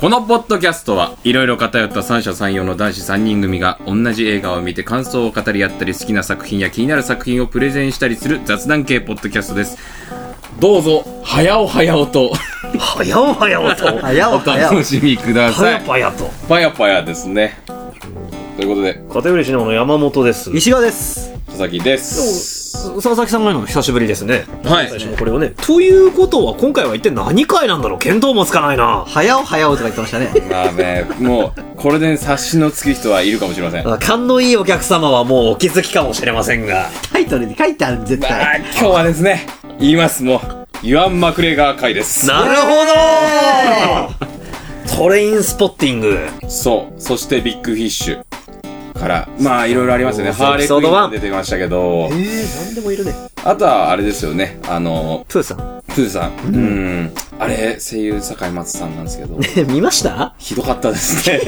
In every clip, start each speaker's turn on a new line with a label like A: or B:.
A: このポッドキャストはいろいろ偏った三者三様の男子3人組が同じ映画を見て感想を語り合ったり好きな作品や気になる作品をプレゼンしたりする雑談系ポッドキャストですどうぞ早お早おと
B: 早お早おと。
C: 早
A: お
C: お早お
A: 楽しみくだ
B: パ
A: さ
B: ヤ
A: い
B: パヤと。
A: パヤパヤですねということで
B: 片寄しの山本です。
C: 石川です
A: 佐々木です
B: 佐々木さんが今の久しぶりですね。
A: はい
B: 最初のこれをね。ということは今回は一体何回なんだろう見当もつかないな。
C: 早お早おとか言ってましたね
A: まあねもうこれで察しのつく人はいるかもしれませんま
B: あ勘のいいお客様はもうお気づきかもしれませんが。
C: タイトルに書いてある絶
A: あ
C: 対
A: 今日はですね言いますもうイワン・マクレガー会です
B: なるほどトレインスポッティング。
A: そう。そしてビッグフィッシュから、まあいろいろありますよね。
B: そう
A: ハーレ
B: エピ
A: ーク
B: ソ
A: イ
B: ード
A: ーン
B: ワ
A: も
B: ン
A: 出てましたけど
C: え、ー、何でもいるね
A: あとはあれですよね。あの、
B: プーさん。
A: プーさん。うん。あれ、声優坂井松さんなんですけ ど、
B: 見ました
A: ひどかったです ね。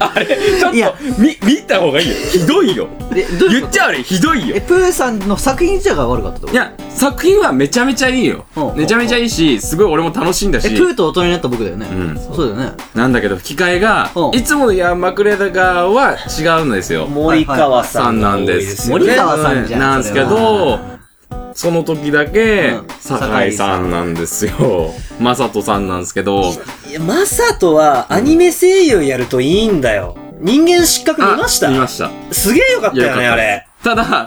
A: あれ、ちょっ
C: いや
A: と、み、見た方がいいよ。ひどいよ。
C: えどういう
A: 言
C: こ
A: っ
C: と
A: ちゃあれ、ひどいよ
C: え。プーさんの作品自体が悪かったってこ
A: い
C: と
A: や、作品はめちゃめちゃいいよ
C: ほうほう。ほう
A: めちゃめちゃいいし、すごい俺も楽しんだし
C: え。プーと大人になった僕だよね、
A: うん
C: そうだよね
A: なんだけど、吹き替えが
C: う、ん
A: いつものヤンマクレダガーは違うんですよ。
B: 森川さ
A: さ
B: ん
A: ん
B: の
A: な
B: 多い
A: ん
B: で
A: ですす
B: よ
A: よ
B: ね。
A: ね。
C: 森川さんじゃん
A: なんですけ
C: それ
A: ど
C: は、
A: その時だけ
C: うん、
A: 酒井さんなんですよ。マサトさんなんですけど、
B: いやマサトはアニメ声優やるといいんだよ。人間失格見ました
A: 見ました。
B: すげえよかったよ
A: い
B: ね、
A: や
B: あれ。
A: ただ、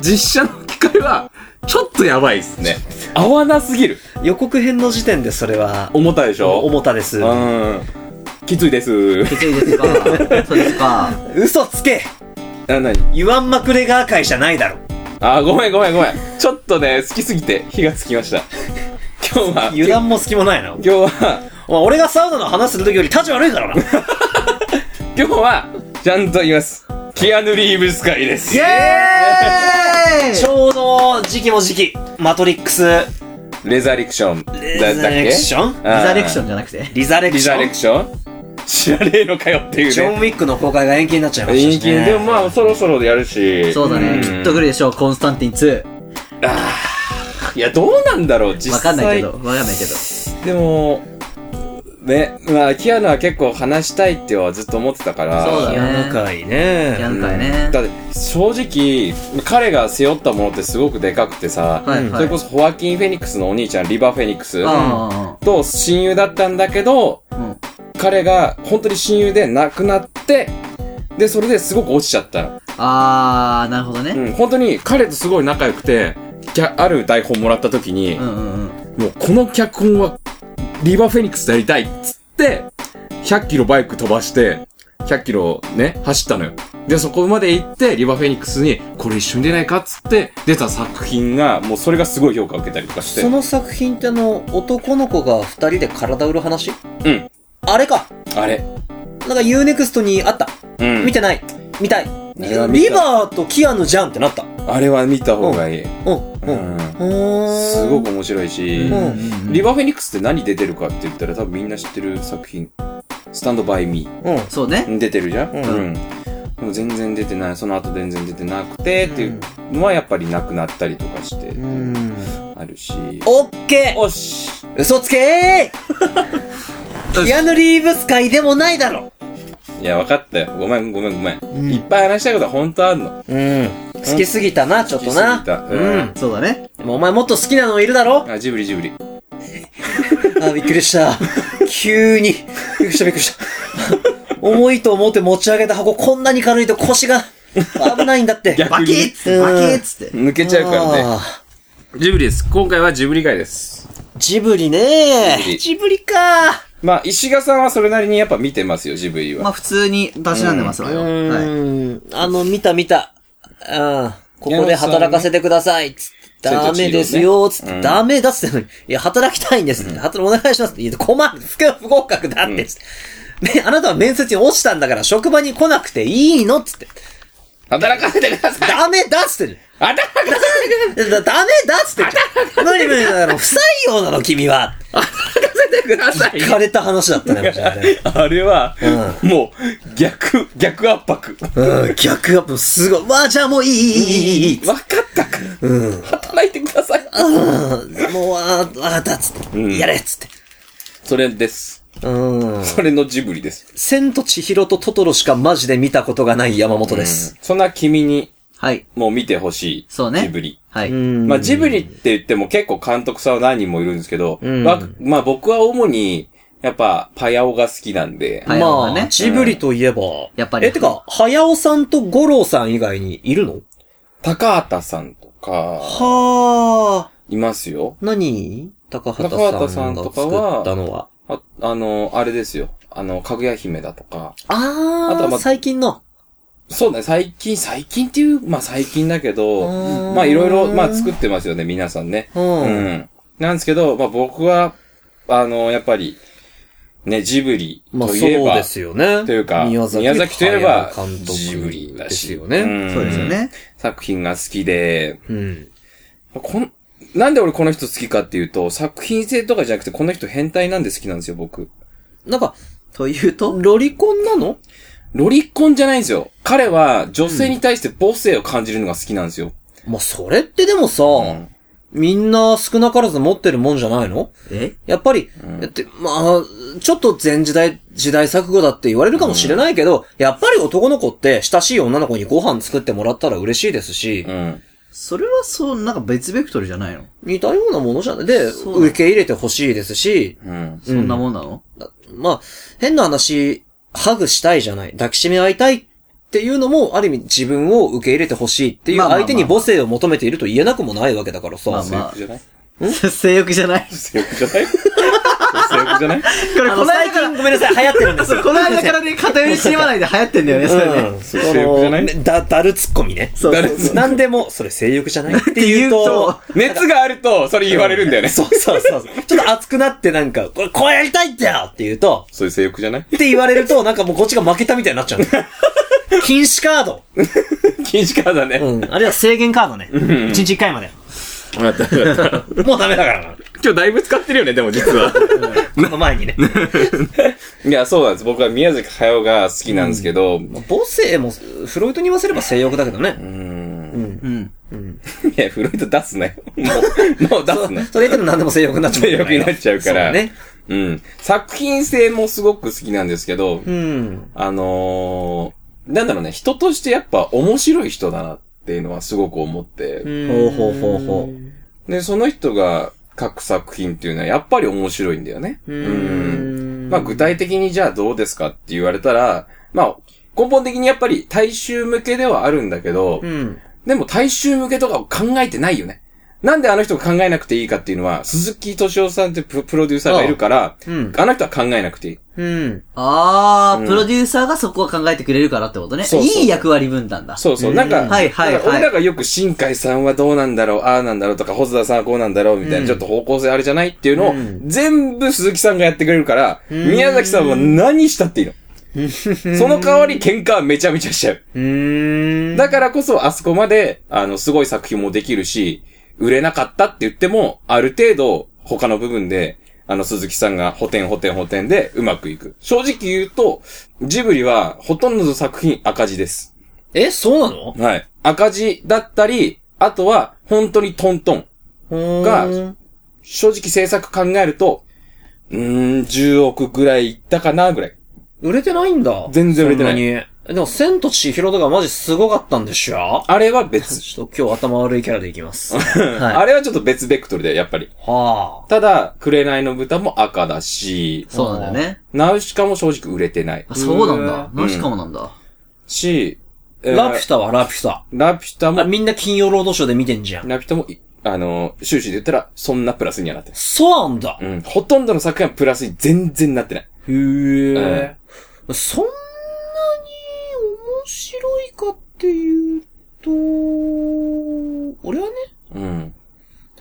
A: 実写の機械は、ちょっとやばいですね。合わなすぎる。
B: 予告編の時点でそれは、
A: 重たいでしょ
B: 重たです。
A: うん。きついです。
C: きついですかそうですか
B: 嘘つけ
A: あ、なに
B: 言わんまくれが会社ないだろ。
A: あ、ごめんごめんごめん。ちょっとね、好きすぎて火がつきました。今日は、
B: 油断も隙もないな。
A: 今日は、
B: お前俺がサウナの話する時より立ち悪いからな。
A: 今日は、ちゃんと言います。キアヌ・リーブス会です。
C: エ ー
B: ちょうど時期も時期。マトリックス、
A: レザレクション。だ
B: レザレクション
A: だっけ
C: リザレクション
A: あ
C: じゃなくて
B: リザレ
A: ーリ
B: クシ
A: ザ
B: ョ
A: レ
B: ン
A: ク。ション知らねえのかよっていう
B: ジョン・
A: ね。
B: ウィックの公開が延期になっちゃいましたし、ね。
A: 人気でもまあそろそろでやるし。
C: そうだね、
A: ん
C: きっと来るでしょうコンスタンティン2
A: いや、どうなんだろう、実際。
C: わかんないけど。わかんないけど
A: でも、ね、まあ、キアヌは結構話したいってはずっと思ってたから。
C: そうだね
B: ピアノ会
C: や
B: ね。
C: んかいね、
A: だって正直彼が背負ったものってすごくでかくてさ、
C: はいはい
A: それこそホワキン・フェニックスのお兄ちゃんリバー・フェニックス
C: あ
A: と親友だったんだけど
C: あ、うん、
A: 彼が本当に親友で亡くなってでそれですごく落ちちゃったの
C: あーなるほどね、
A: うん、本当に彼とすごい仲良くて、きゃある台本もらった時に、
C: うん、うんうん
A: もうこの脚本はリバーフェニックスでやりたいっつって、100キロバイク飛ばして、100キロね、走ったのよ。で、そこまで行って、リバーフェニックスに、これ一緒に出ないかっつって、出た作品が、もうそれがすごい評価を受けたりとかして。
B: その作品ってあの、男の子が二人で体売る話
A: うん。
B: あれか
A: あれ。
B: なんか UNEXT にあった。
A: うん。
B: 見てない。見たい。
A: あれは見た
B: リバーとキアヌじゃんってなった。うん。
A: あれは見た方がいい。う
B: うん。
A: ん。
B: うん
A: すごく。面白いし、
B: うん
A: リバーフェニックスって何出てるかって言ったら多分みんな知ってる作品。スタンドバイミー。
B: うん。
C: そうね。
A: 出てるじゃん、
B: うん
A: うん、でも全然出てないその後全然出てなくてっていうのはやっぱりなくなったりとかして
B: うん。
A: あるし、
B: オッケ
A: おっし
B: ー嘘つけーキアヌ・リーブス界でもないだろ
A: いや分かったよごめんごめんごめん、
B: うん
A: いっぱい話したいことは本当あんの
B: うん。好きすぎたな、ちょっと
A: 好きすぎた
B: な。
A: うん
B: うん。
C: そうだね。
B: でもお前もっと好きなのいるだ ろ
A: あジブリジブリ
B: あ、びっくりした。急に。びっくりした、びっくりした。重いと思って持ち上げた箱、こんなに軽いと 腰が危ないんだって。
A: 逆
C: バキッつって、
B: うん
C: バキッつって。
A: 抜けちゃうからね
B: あ
A: ジブリです今回はジブリ会です
B: ージブリね
A: ジブリ
B: ジブリか
A: まあ石賀さんはそれなりにやっぱ見てますよジブリは、
C: まあ普通にたしなんでますわ
B: う
C: よ。はい。
B: ーん。あの、見た見た。うん。ここで働かせてください。つって。
A: 千と千尋ね
B: ダメですよ、つっ
A: うん
B: て。ダメだっつってんのに。いや、働きたいんですって。働お願いしますって。いや、困る。不合不合格だって。つってね、あなたは面接に落ちたんだから、職場に来なくていいのつって。
A: 働かせてください
B: ダメだっつってる。
A: 働かせて
B: だダメだっつってんじゃん。何無理だろ。不採用なの、君は。
A: ください
B: 聞かれた話だった ね、
A: あれは、もう逆逆圧迫
B: うん、逆アップすごい。わあ、じゃあもういい、いい、いい、いい。
A: 分かったか、働いてください
B: うん、もう、ああ、わかったっつって。やれっつって。
A: それです
B: うん。
A: それのジブリです。
B: 千と千尋とトトロしかマジで見たことがない山本です。
A: そんな君に
C: はい。
A: もう見てほしい。
C: そうね
A: ジブリ。
C: は
B: う
C: い。
B: ん
A: まあ、ジブリって言っても結構監督さんは何人もいるんですけど、
B: うん
A: わまあ僕は主に、やっぱ、パヤオが好きなんで、
C: はい早尾
B: ま
C: がね
B: あ、ジブリといえば。
C: やっぱり
B: え、てか、早尾さんと五郎さん以外にいるの
A: 高畑さんとか、
B: はあ。
A: いますよ。
B: 何高畑
A: 高畑さ
B: さ
A: ん
B: んが
A: と
B: 作
A: かは
B: ったのは。
A: あ、あの、あれですよ。あの、かぐや姫だとか。
B: あー、
A: あとはまあ
B: 最近の。
A: そうね、最近、最近っていう、まあ最近だけど、ま
B: ま
A: あいろいろ、まあ作ってますよね、皆さんね。
B: うん
A: うん。なんですけど、まあ僕は、あの、やっぱり、ね、ジブリ
B: まあそ
A: と
B: う
A: いえば、
B: ですよね。
A: というか、宮崎といえば、ジブリだ
B: です
A: し。
B: よね。
A: ん
C: そうですよ。ね。
A: 作品が好きで、
B: うん。
A: こん、なんで俺この人好きかっていうと、作品性とかじゃなくて、この人変態なんで好きなんですよ、僕。
B: なんか、
C: というと、
B: ロリコンなの
A: ロリコンじゃないんですよ。彼は女性に対して母性を感じるのが好きなんですよ。
B: まあそれってでもさ、
A: うん
B: みんな少なからず持ってるもんじゃないの
C: え
B: やっぱり、だって、まあ、ちょっと前時代、時代錯誤だって言われるかもしれないけど、やっぱり男の子って親しい女の子にご飯作ってもらったら嬉しいですし、
A: うん。
C: それはそう、なんか別ベクトルじゃないの
B: 似たようなものじゃない。で、
C: そうだね
B: 受け入れてほしいですし、
A: うん。
C: そんなもんなの
B: だまあ、変な話、ハグしたいじゃない、抱きしめ合いたいっていうのも、ある意味自分を受け入れてほしいっていう
C: まあまあ
B: 相
C: まあ
B: 手に母性を求めていると言えなくもないわけだからさ。
C: まあ
A: 性
C: まあ
A: 欲じゃない
C: 性欲じゃない。
A: 性欲じゃない性欲じゃない
C: これ
B: あの、最近ごめんなさい、流行ってるんです
C: そう、
B: よ。
C: この間からね、偏り知りまないで流行ってんだよね、それね。
B: ん。
A: それ性欲じゃない
B: あのねだ、だるツッコミね。
C: そうそうそう
B: なんでも、それ性欲じゃないって言うと、
A: 熱があると、それ言われるんだよね。
B: そうそうそう。ちょっと熱くなってなんか、これこうやりたいんだよって言うと、
A: そういう性欲じゃない
B: って言われると、なんかもうこっちが負けたみたいになっちゃうの。禁止カード。
A: 禁止カードだね。
B: うん。あるいは制限カードね。一日一回まで。
A: わかったわかった
B: もうダメだからな。
A: 今日だいぶ使ってるよね、でも実は。
B: この前にね。
A: いや、そうなんです。僕は宮崎駿が好きなんですけど、
B: 母性も、フロイトに言わせれば性欲だけどね。
C: うん。
A: いや、フロイト出すなよ。もう、もう出すな。
B: それ言っても何でも性欲になっちゃう。
A: 性欲になっちゃうから。
B: そうね。
A: うん。作品性もすごく好きなんですけど、
B: うん。
A: あのー、なんだろうね、人としてやっぱ面白い人だなっていうのはすごく思って、
B: ほうほうほうほ
A: で、その人が書く作品っていうのはやっぱり面白いんだよね。
B: う。
A: うんまあ具体的にじゃあどうですかって言われたら、まあ、根本的にやっぱり大衆向けではあるんだけど、
B: うん。
A: でも大衆向けとかを考えてないよね。なんであの人が考えなくていいかっていうのは、鈴木敏夫さんってププロデューサーがいるから、あ,、
B: うん
A: の人は考えなくていい。
B: うん。
C: あー、プロデューサーがそこは考えてくれるからってことね。
A: そうそう
C: いい役割分担だ。
A: そうそう。なんか、
C: はいはいはい
A: なんか俺らがよく新海さんはどうなんだろう、ああなんだろうとか、細田さんはこうなんだろうみたいな、ちょっと方向性あれじゃないっていうのを、全部鈴木さんがやってくれるから、宮崎さんは何したっていいの。その代わり喧嘩はめちゃめちゃしちゃう。
B: うーん。
A: だからこそ、あそこまで、あの、すごい作品もできるし、売れなかったって言っても、ある程度、他の部分で、あの、鈴木さんが補填補填補填でうまくいく。正直言うと、ジブリは、ほとんどの作品赤字です。
B: え、そうなの
A: はい。赤字だったり、あとは、本当にトントン。が
B: うん
A: 正直制作考えると、うーん、10億ぐらいいったかな、ぐらい。
B: 売れてないんだ。
A: 全然売れてない
B: そんに。でも、千と千尋とかマジすごかったんでしょ
A: あれは別。
B: ちょっと今日頭悪いキャラでいきます。 は
A: あ
B: い。
A: れはちょっと別ベクトルで、やっぱり。
B: は
A: ただ、紅の豚も赤だし、
C: そうなんだよね。
A: ナウシカも正直売れてない
C: あ、。そうなん
B: う
C: だ。
B: ん
C: 何しかもなんだ。
A: し、
B: あ。
A: えー
B: ラピュタはラピュタ。
A: ラピュタ
B: あ、
A: も、
B: みんな金曜ロードショーで見てんじゃん。
A: ラピュタもい、あのー、終始で言ったら、そんなプラスにはなってない。
B: そうなんだ。
A: うん。ほとんどの作品はプラスに全然なってない。
B: へえ。そんなに面白いかっていうと、俺はね、
A: うん。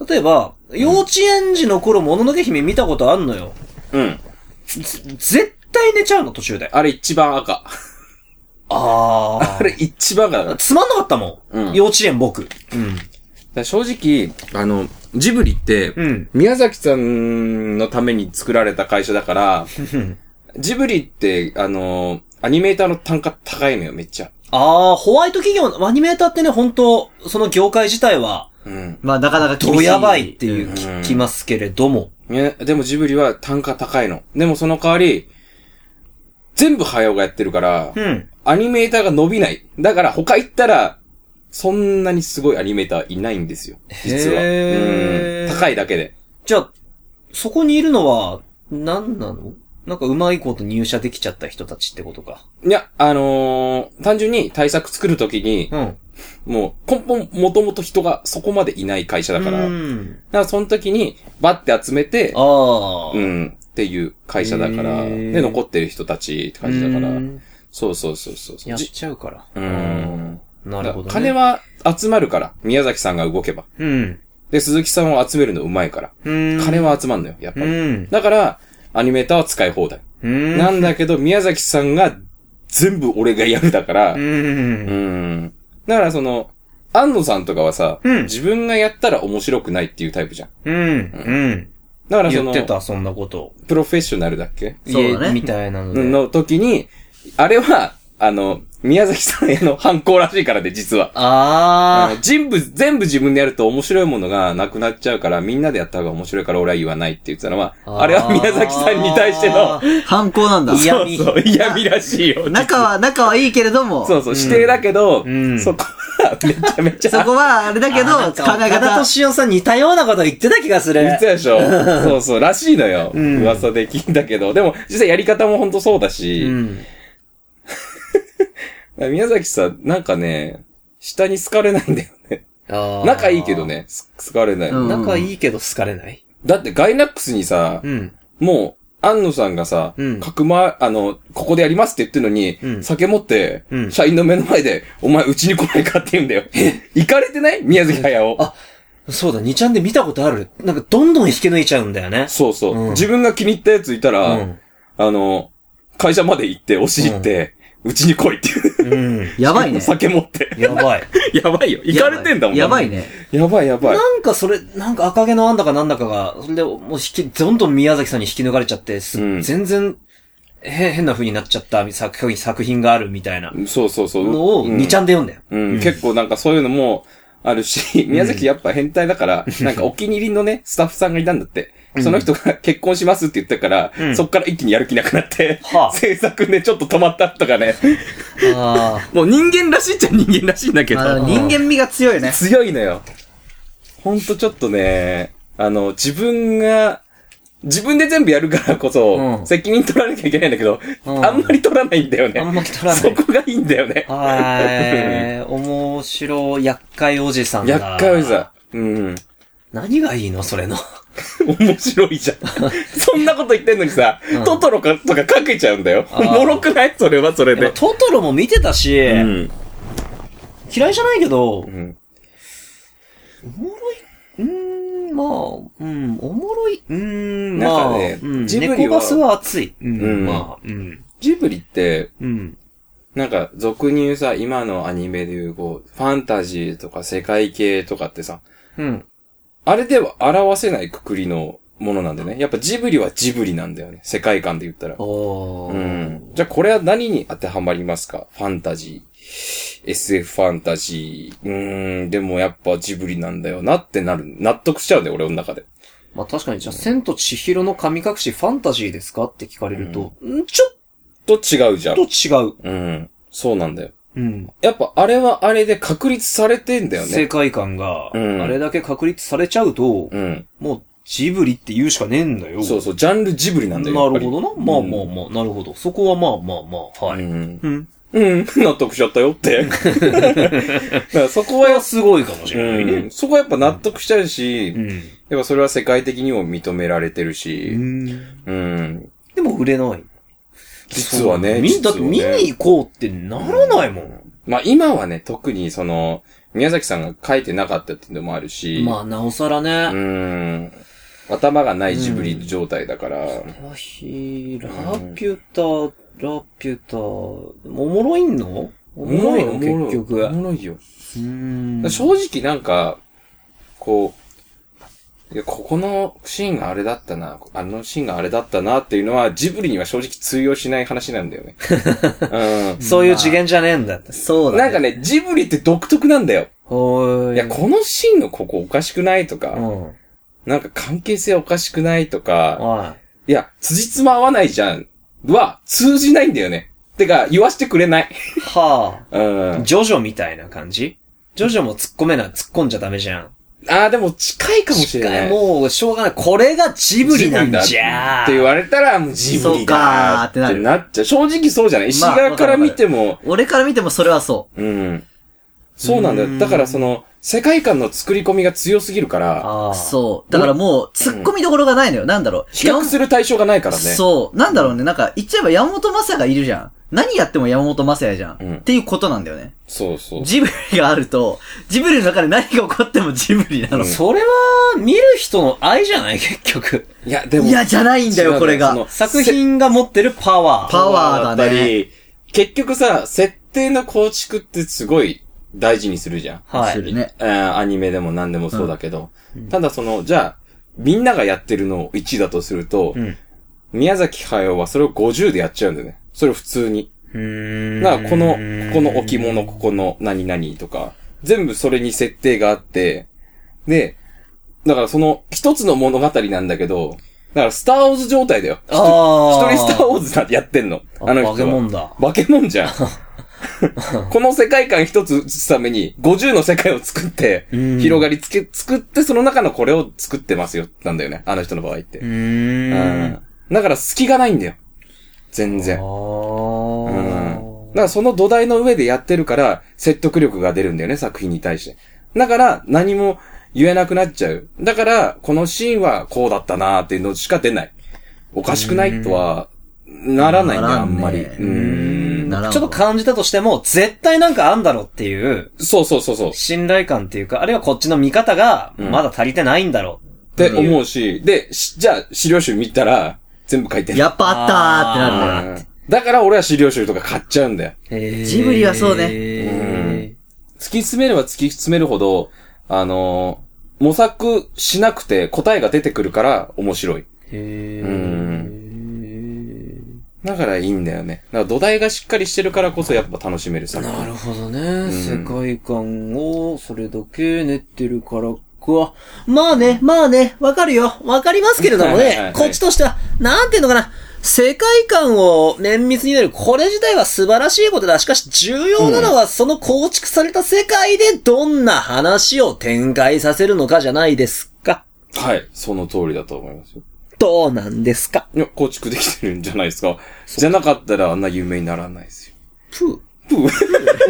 B: 例えば、幼稚園児の頃、もののけ姫見たことあんのよ。
A: うん。
B: 絶対寝ちゃうの、途中で。
A: あれ一番赤。
B: あ
A: あれ一番赤だから。だか
B: つまんなかったもん。
A: うん
B: 幼稚園僕。
A: ら正直、あの、ジブリって、
B: うん
A: 宮崎さんのために作られた会社だから、ジブリって、あのー、アニメーターの単価高いのよ、めっちゃ。
B: あー、ホワイト企業の、アニメーターってね、本当その業界自体は、
A: うん。
C: まあ、なかなか厳しい。
B: どやばいっていう
A: うん
B: 聞きますけれども。
A: ね、でもジブリは単価高いの。でもその代わり、全部早尾がやってるから、
B: うん。
A: アニメーターが伸びない。だから他行ったら、そんなにすごいアニメーターいないんですよ。実は。
B: へー
A: うん高いだけで。
B: じゃあ、そこにいるのは、何なのなんかうまいこと入社できちゃった人たちってことか。
A: いや、あのー単純に対策作るときに、
B: うん。
A: もう根本もともと人がそこまでいない会社だ
B: だ
A: か、
B: からら。
A: だからその時にバッて集めて、
B: ああ。
A: うん、っていう会社だから、
B: へー
A: で、残ってる人たちって感じだから
B: う、ん
A: そうそうそうそうそ
B: や
A: う。
B: っ
A: じ
B: ちゃうから。
A: うん。
B: なるほど、ね。
A: だから金は集まるから、宮崎さんが動けば。
B: うん。
A: で、鈴木さんを集めるのうまいから。
B: うん。
A: 金は集まんのよ、やっぱ
B: う
A: り。
B: ん。
A: だから、アニメーターは使い放題。
B: うん。
A: なんだけど、宮崎さんが全部俺がやるだから
B: う、ん
A: う。ん。だからその、安野さんとかはさ、
B: うん
A: 自分がやったら面白くないっていうタイプじゃん。
B: うん。うん。
A: だからそ
B: 言
A: の
B: っ、てた、そんなこと。
A: プロフェッショナルだっけ
C: そうだね
B: 家みたいなので。
A: の時に、あれは、あの、宮崎さんへの反抗らしいからで、実は。あ
B: あ
A: の全部、全部自分でやると面白いものがなくなっちゃうから、みんなでやった方が面白いから俺は言わないって言ってたのは、
B: あ。
A: あれは宮崎さんに対しての
B: あ、ー
C: 反抗なんだ。
B: いや嫌味
A: そうそう嫌味らしいよ。
C: 仲は、仲はいいけれども、
A: そうそう、指定だけど、
B: ん
A: そこはめちゃめちゃ
C: そこはあれだけど、
B: なん
C: 考
B: か
C: え
B: 岡田
C: 方。
B: 敏夫さん似たようなこと言ってた気がする。
A: 言ってたでし ょそうそう、らしいのよ。
B: うん
A: 噂で聞いたけど。でも、実際やり方もほんとそうだし、
B: うん。
A: 宮崎さん、なんかね、下に好かれないんだよね。
B: あー
A: 仲いいけど。ね、す好かれない、
C: うん
B: 仲いいけど好かれない。
A: だってガイナックスにさ、
B: うん。
A: もう、安野さんがさ、
B: うん
A: かくま、あの、ここでやりますって言ってるのに、
B: うん
A: 酒持って、
B: うん
A: 社員の目の前で、お前うちに来ないかって言うんだよ。行かれてない宮崎駿。
B: あそうだ、2ちゃんで見たことある。なんかどんどん引き抜いちゃうんだよね。
A: そうそう、
B: うん
A: 自分が気に入ったやついたら、
B: うん
A: あの、会社まで行って、押し入って、うち、に来いっていう。
B: うん。
C: やばい ね。
A: 酒持って。
B: やばい。
A: やばいよ。行かれてんだもん。
C: やばい。ね。
A: やばいやばい。
B: なんかそれ、なんか赤毛のあんだかなんだかが、それでもう引き、どんどん宮崎さんに引き抜かれちゃって、す
A: うん
B: 全然、へ変な風になっちゃった作品作品があるみたいな
A: そうそうそう。
B: のを
A: うん
B: 2ちゃんで読ん だよ。
A: うん、結構なんかそういうのもあるし、宮崎やっぱ変態だから、なんかお気に入りのね、スタッフさんがいたんだって。その人が結婚しますって言ったから、
B: ん
A: そっから一気にやる気なくなって、
B: はあ
A: 制作ね、ちょっと止まったとかね。
B: ああ。
A: もう人間らしいっちゃ人間らしいんだけ
C: まあでも人間味が強いね。
A: 強いのよ。ほんとちょっとね、あの、自分が、自分で全部やるからこそ、
B: うん
A: 責任取らなきゃいけないんだけど、
B: うん
A: あんまり取らないんだよね。
B: あんまり取らない
A: そこがいいんだよね。
B: はい。面白い、厄介おじさんだ。
A: 厄介おじさん。うん。
B: 何がいいのそれの。
A: 面白いじゃん。 そんなこと言ってんのにさ、トトロかとかかけちゃうんだよ。お
B: ー
A: もろくないそれはそれ
B: でも
A: で。
B: トトロも見てたし、
A: うん。
B: 嫌いじゃないけど、
A: ん
B: おもろい、うーん、まあ、うん、おもろい、うーん、
A: なんか
B: まあ、
A: ね
B: うん、
A: ジブリは
B: 猫バスは熱い。うん、
A: うん
B: まあ、うん、
A: ジブリって、
B: うん、
A: なんか、俗に言うさ、今のアニメで言う、こう、ファンタジーとか世界系とかってさ、
B: うん。
A: あれでは表せないくくりのものなんだよね。やっぱジブリはジブリなんだよね。世界観で言ったら。
B: おー。
A: うん。じゃあこれは何に当てはまりますかファンタジー。SF ファンタジー。うーん、でもやっぱジブリなんだよなってなる。納得しちゃうね、俺の中で。
B: まあ確かに、じゃあ、千と千尋の神隠しファンタジーですかって聞かれると、うん、ちょっ
A: と違うじゃん
B: と。違う。
A: うん。そうなんだよ。
B: うん。
A: やっぱあれはあれで確立されてんだよ
B: 世
A: ね。
B: 界観が、
A: うん
B: あれだけ確立されちゃうと、
A: うん。
B: もうジブリって言うしかねえんだよ。
A: そうそう、ジャンルジブリなんだよ。
B: な
A: やっぱ
B: る
A: り
B: ほどな。まあまあまあ、なるほど。そこはまあまあまあ、はい。
A: うん。
B: うん。
A: うん、納得しちゃったよって。だからそこ
B: こ
A: は
B: れ
A: や
B: は
A: っ
B: すごいかもしれない
A: ぱ、う
B: ね
A: ん。。そこはやっぱ納得しちゃうし、
B: ん。
A: やっぱそれは世界的にも認められてるし、うん。
B: でも売れない。
A: 実はね、
B: み、
A: 実
B: だ
A: は
B: って
A: ね
B: 見に行こうってならないもん。
A: まあ今はね、特にその、宮崎さんが書いてなかったっていうのもあるし、
B: まあ、なおさら
A: う
B: ね。
A: ーん。頭がないジブリ状態だから、
B: ラヒラピュタ、ラピュタ、おもろいんのお
A: おも
B: も
A: ろ
B: ろ
A: い
B: い
A: よ
B: の結局。
A: お
B: う
A: もろいよ。
B: ーん。
A: 正直なんか、こう、いや、ここのシーンがあれだったな、あのシーンがあれだったなっていうのは、ジブリには正直通用しない話なんだよね。う。
B: そういう次元じゃねえんだって。
C: そうんだ
A: な
C: ね。
A: んかね、ジブリって独特なんだよ。
B: ほーい。
A: いや、このシーンのここおかしくないとか、
B: う
A: なんか関係性おかしくないとか、
B: はい
A: や、辻褄合わないじゃんは通じないんだよね。てか、言わしてくれない。
B: い。は
A: う
B: あ。
A: ん。
B: ジョジョみたいな感じジョジョも突っ込めな、突っ込んじゃダメじゃん。
A: あー、でも近いかもしれない。
B: 近いもう、しょうがない。これがジブリなんじゃー。
A: って言われたら、もうジブリだーって
C: そうかーって
A: なっちゃう。正直そうじゃない石川から見ても、
C: 俺から見てもそれはそ
A: うん。そうなんだ
B: うーん
A: よ。だからその、世界観の作り込みが強すぎるから、
B: あ
C: う。
B: あ。
C: そう。だからもう、突っ込みどころがないのよ。なんだろう。
A: 比較する対象がないからね。
C: そう。なんだろうね。なんか、言っちゃえば山本正也がいるじゃん。何やっても山本正也じゃん。
A: うん
C: っていうことなんだよね。
A: そうそう。
C: ジブリがあると、ジブリの中で何が起こってもジブリなの。
B: それは、見る人の愛じゃない結局。
A: いや、でも。
C: いや、じゃないんだ
A: 違う
C: よ、
A: の
C: これが
A: そ。の
B: 作品が持ってるパワー。
C: パワーだね。
A: り、結局さ、設定の構築ってすごい大事にするじゃん。
B: は
C: す
B: い。
C: るね。
A: えーアニメでも何でもそうだけど。ただその、じゃあ、みんながやってるのを1だとすると、
B: うん。
A: 宮崎駿はそれを50でやっちゃうんだよね。それを普通に。
B: うん
A: だからこの、ここの置物、ここの何々とか、全部それに設定があって、で、だからその一つの物語なんだけど、だからスターウォーズ状態だよ。ひと
B: あ
A: 一
B: あ。
A: 人スターウォーズなんてやってんの。あの人は。
B: 化け物だ。
A: 化け物じゃん。この世界観一つ映すために、50の世界を作って、
B: うん
A: 広がりつけ、作って、その中のこれを作ってますよ、なんだよね。あの人の場合って。
B: うー
A: うん
B: ん。
A: だから隙がないんだよ。全然。うん。だからその土台の上でやってるから、説得力が出るんだよね、作品に対して。だから、何も言えなくなっちゃう。だから、このシーンはこうだったなーっていうのしか出ない。おかしくないとは、ならないんだよ、あんまり。
C: ならんね
A: うん。
C: ならんわ
B: ちょっと感じたとしても、絶対なんかあんだろうっていう、
A: そうそうそうそう。っ
B: 信頼感っていうか、あるいはこっちの見方が、
A: うん
B: まだ足りてないんだろう。
A: て思うし、で、しじゃあ、資料集見たら、全部書いてる。
C: やっぱあったーってなるか
A: う
C: ら。
A: んだから俺は資料集とか買っちゃうんだよ。
C: ジブリはそうね
B: ね。
A: 突き詰めれば突き詰めるほど、あのー模索しなくて答えが出てくるから面白い。
B: へ
A: んだからいいんだよね。だから土台がしっかりしてるからこそやっぱ楽しめる作品。
B: なるほどね。
A: ん
B: 世界観をそれだけ練ってるからか。まあね、まあね、わかるよ。わかりますけれども
A: はいはいはいは
B: ね
A: い、
B: こっちとしては、なんていうのかな。世界観を綿密に練る。これ自体は素晴らしいことだ。しかし重要なのは、その構築された世界でどんな話を展開させるのかじゃないですか。
A: はい。その通りだと思いますよ。
B: どうなんですか
A: いや、構築できてるんじゃないですか。じゃなかったらあんな有名にならないですよ。
B: プ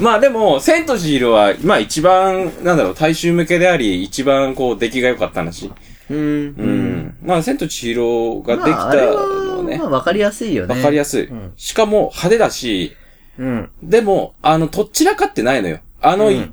A: まあでも、千と千尋は、まあ一番、なんだろう、大衆向けであり、一番こう、出来が良かった話。
B: ー。うん。
A: うん。まあ、千と千尋ができ
C: まあ、
A: た
C: あれ
A: のは
C: は、
A: ね、
C: まあ、
A: わ、
C: わかりやすいよね。
A: かり
C: や
A: やすい。しかも、派手だし、
B: うん。
A: でも、あの、とっちらかってないのよ。あの、
B: うん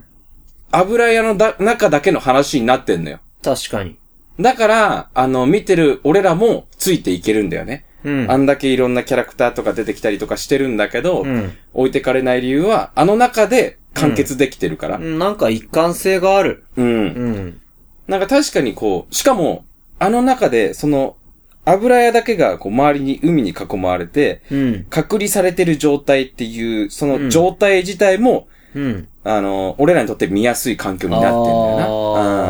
A: 油屋のだ中だけの話になってんのよ。
B: 確かに。
A: だから、あの、見てる俺らもついていけるんだよね。
B: うん
A: あんだけいろんなキャラクターとか出てきたりとかしてるんだけど、
B: うん
A: 置いてかれない理由は、あの中で完結できてるから。
B: なんか一貫性がある。
A: うん
B: うん。
A: なんか確かにこう、しかも、あの中で、その、油屋だけが、こう、周りに海に囲まれて、
B: うん。
A: 隔離されてる状態っていう、その
B: ん
A: 状態自体も、
B: うん。
A: あの、俺らにとって見やすい環境になってんだよな。
B: あ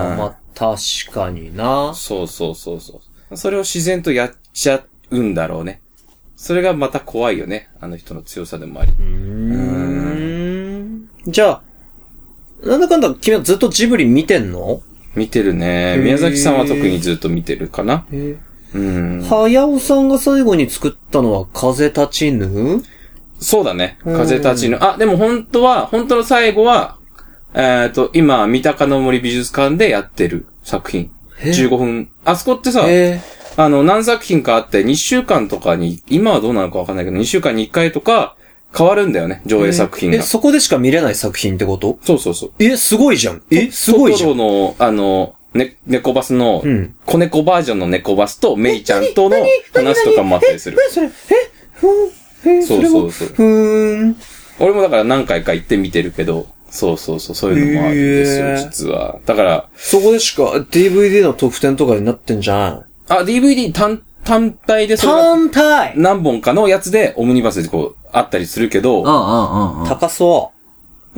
B: ー
A: うん
B: まあ、確かにな。
A: そうそうそうそう。それを自然とやっちゃうんだろうね。それがまた怖いよね。あの人の強さでもあり。
B: うん。じゃあ、なんだかんだ君はずっとジブリ見てんの
A: 見てるね。宮崎さんは特にずっと見てるかな。
B: え
A: うん。
B: はやおさんが最後に作ったのは風立ちぬ
A: そうだね。風立ちぬ。あ、でも本当は、本当の最後は、えっ、と、今、三鷹の森美術館でやってる作品。15分。あそこってさ、
B: え
A: あの、何作品かあって、2週間とかに、今はどうなのかわかんないけど、2週間に1回とか、変わるんだよね、上映作品が。
B: え、そこでしか見れない作品ってこと
A: そうそうそう。
B: え、すごいじゃん。え、すごいじゃ
A: トトロの、あの、ね、猫バスの
B: うん、
A: 子猫バージョンの猫バスと、メイちゃんとの話とかもあったりする。
B: ん。それ、え、ふん、え、
A: そう
B: れ
A: そ
B: も
A: うそう。
B: ふーん。
A: 俺もだから何回か行ってみてるけど、そうそうそう、そういうのもあるんですよ、
B: へー
A: 実は。だから、
B: そこでしか DVD の特典とかになってんじゃん。
A: あ、DVD 単、単体でそれが
B: 単体
A: 何本かのやつで、オムニバスでこう、あったりするけど、
C: うんうんうん うん。
B: 高そ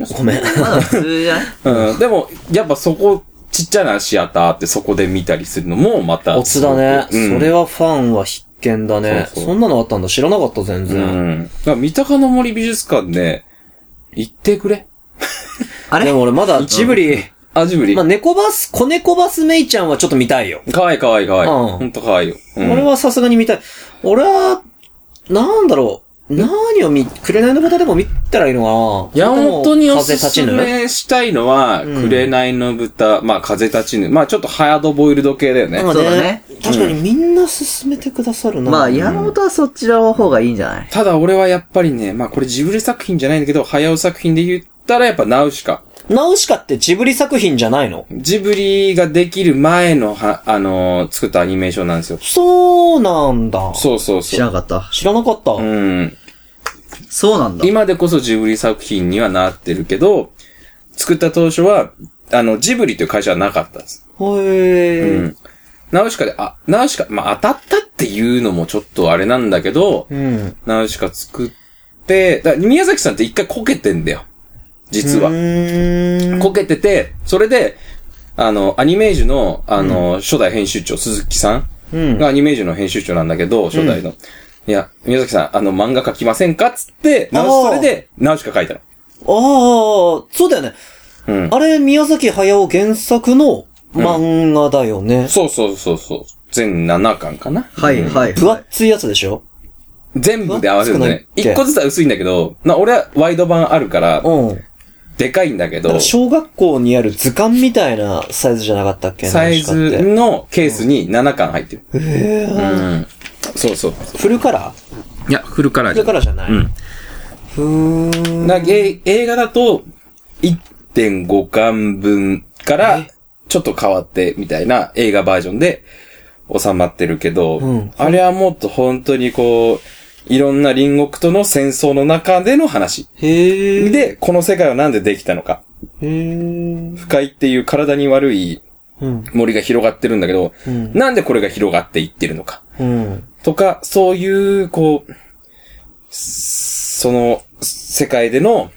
B: う。ごめん。
C: まだ普通じゃない
A: うんでも、やっぱそこ、ちっちゃなシアターってそこで見たりするのもまた。
B: オツだね。
A: うん
B: それはファンは必見だね。
A: そうそう
B: そんなのあったんだ。知らなかった、全
A: う
B: 然。
A: ん。だから三鷹の森美術館ね、行ってくれ。
C: あれ
B: でも俺まだジブリ、
A: あ、ジブリ
B: まあ、。猫バス、子猫バスメイちゃんはちょっと見たいよ。
A: かわいいかわいいかわいい。
B: うん
A: ほんとかわいいよ。うん
B: 俺はさすがに見たい。俺は、なんだろう。何を見、紅の豚でも見たらいいのかな
A: 山本にお
B: 風
A: す
B: 立
A: す
B: ちぬ
A: めしたいのは、
B: うん
A: 紅の豚、まあ風立ちぬ。まあちょっとハードボイルド系だよね。
B: まあ
C: そうだね
B: 確かにみんな進めてくださるな。
C: まあ、山本はそっちらの方がいいんじゃない
A: ただ俺はやっぱりね、まあこれジブリ作品じゃないんだけど、早尾作品で言ったらやっぱナウシカ。
B: ナウシカってジブリ作品じゃないの
A: ジブリができる前のは、あのー作ったアニメーションなんですよ。
B: そうなんだ。
A: そうそう
C: 知
A: そ
C: ら
A: う。
C: なかった。
B: 知らなかった。
A: うん。
C: そうなんだ。
A: 今でこそジブリ作品にはなってるけど、作った当初は、あの、ジブリという会社はなかったです。
B: へ
A: う
B: え。
A: ん。ナウシカで、あ、ナウシカ、まあ、当たったっていうのもちょっとあれなんだけど、
B: うん。
A: ナウシカ作って、だ宮崎さんって一回こけてんだよ。実は。
B: は
A: こけてて、それで、あの、アニメージュの、あの、初代編集長、鈴木さ
B: うん
A: んがアニメージュの編集長なんだけど、初代の。いや、宮崎さん、あの、漫画描きませんかっつって、ナウ
B: あー
A: それで、ナウシカ描いたの。
B: ああ、そうだよね。
A: うん。
B: あれ、宮崎駿原作の漫画だよね。
A: そうそうそうそう。全7巻かな。
C: はいはい
B: 分
C: はい。
B: 厚いやつでしょ
A: 全部で合わせると
B: うわ少ない
A: ね
B: っ、け
A: 一個ずつは薄いんだけど、まあ俺はワイド版あるから、
B: うん。
A: でかいんだけ
B: なん
A: ど
B: か、小学校にある図鑑みたいなサイズじゃなかったっけ
A: サイ
B: ナウシカっ
A: ズのケースに7巻入ってる。
B: てへ
A: う
B: ー
A: ん。そうそう。
B: フルカラー
A: いや、フルカラー
B: フルカラーじゃない。
A: うん。
B: ふーん。
A: なえ映画だと、1.5巻分から、ちょっと変わって、みたいな映画バージョンで収まってるけど、
B: うん
A: あれはもっと本当にこう、いろんな隣国との戦争の中での話。
B: へえ。
A: で、この世界はなんでできたのか。
B: へー
A: 不快っていう体に悪い
B: うん。
A: 森が広がってるんだけど、
B: うん
A: なんでこれが広がっていってるのか。
B: うん。
A: とか、そういう、こう、その、世界での、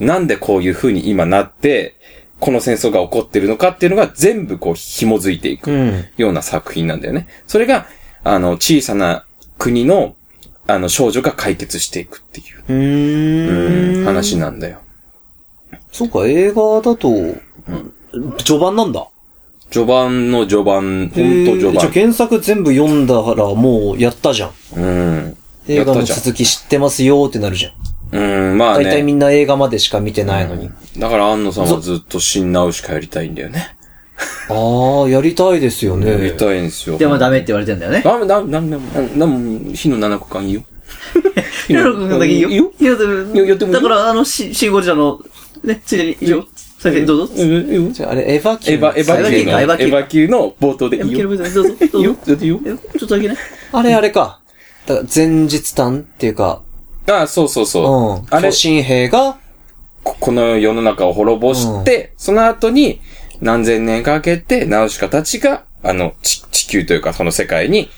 A: なんでこういう風に今なって、この戦争が起こってるのかっていうのが全部こう紐づいていく
B: うん。
A: ような作品なんだよね。それが、あの、小さな国の、あの、少女が解決していくっていう
B: う
A: う
B: ー
A: ん、
B: ん。
A: 話なんだよ。
B: そうか、映画だと、序盤なんだ。
A: 序盤の序盤、ほんと序
B: へーじゃあ
A: 盤。
B: 原作全部読んだからもうやったじゃん。
A: うん。
B: 映画
A: や
B: の
A: ったじゃん
B: 続き知ってますよーってなるじゃん。
A: うん、まあ
B: 大
A: ね。
B: 体みんな映画までしか見てないのに。
A: だから、安野さんはずっと新ナウシカやりたいんだよね。
B: ああ、やりたいですよね。
A: やりたいんですよ。
C: でもダメって言われてんだよね。
A: ダメ。ダメ、ダメ、ダメ、ダメ、ダメ、火の七個間いいよ。
C: ヒロ君だけいいよ。
A: いいよ。
C: いや、でも
A: いややってもいいよ
C: だから、あの、シシンゴジラの、ね、ついでに、いいよ。先生、どうぞ。
A: うんいいよ
B: じゃあ、あれ、エヴァ級。
A: エヴァ、エヴァ級の、
C: エ
A: エ
C: ヴァ級か
A: ヴァ級の冒頭で
C: え
A: いい
C: キロ
A: よ。
C: ブさんどうぞ。
A: いう
C: ど
A: い
C: ぞ
A: よ、。だっていいよ。
C: えちょっとだけね。
B: あれ、あれか。だから前日短っていうか、
A: ああ、そうそう
B: う
A: そ
B: ん。
A: う。あれ
B: 巨、神兵が、
A: ここの世の中を滅ぼして、その後に、何千年かけて、ナウシカたちが、あの、ち地球というか、その世界に、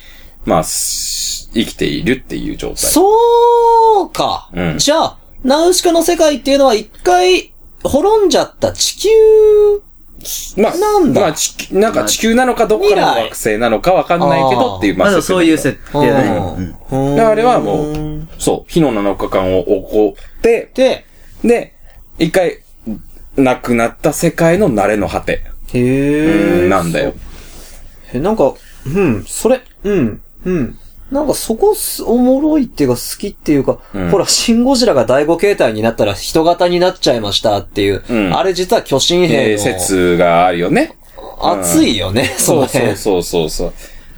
A: まあ、す生きているっていう状態。
B: そうか。
A: うん
B: じゃあ、ナウシカの世界っていうのは一回、滅んじゃった地球
A: まあ、
B: なんだ
A: まあ、地球、なんか地球なのかどこからの惑星なのかわかんないけどっていう、
C: まあ、
A: 設定
C: そういう設定だね。うん
B: うん
A: で、あれはも
B: ん
A: う、そう、火の7日間を起こって、
B: で、
A: で、一回、亡くなった世界の慣れの果て、
B: へえ。
A: なんだよ。
B: え、なんか、うん、それ、うん、うん。なんかそこす、おもろいっていうか好きっていうか、
A: うん
B: ほら、シンゴジラが第五形態になったら人型になっちゃいましたっていう、
A: うん
B: あれ実は巨神兵
A: えー、
B: の、
A: 説があるよね。
B: 熱いよね、そ
A: そ
B: の
A: う
B: 辺。
A: そうそうそうそう。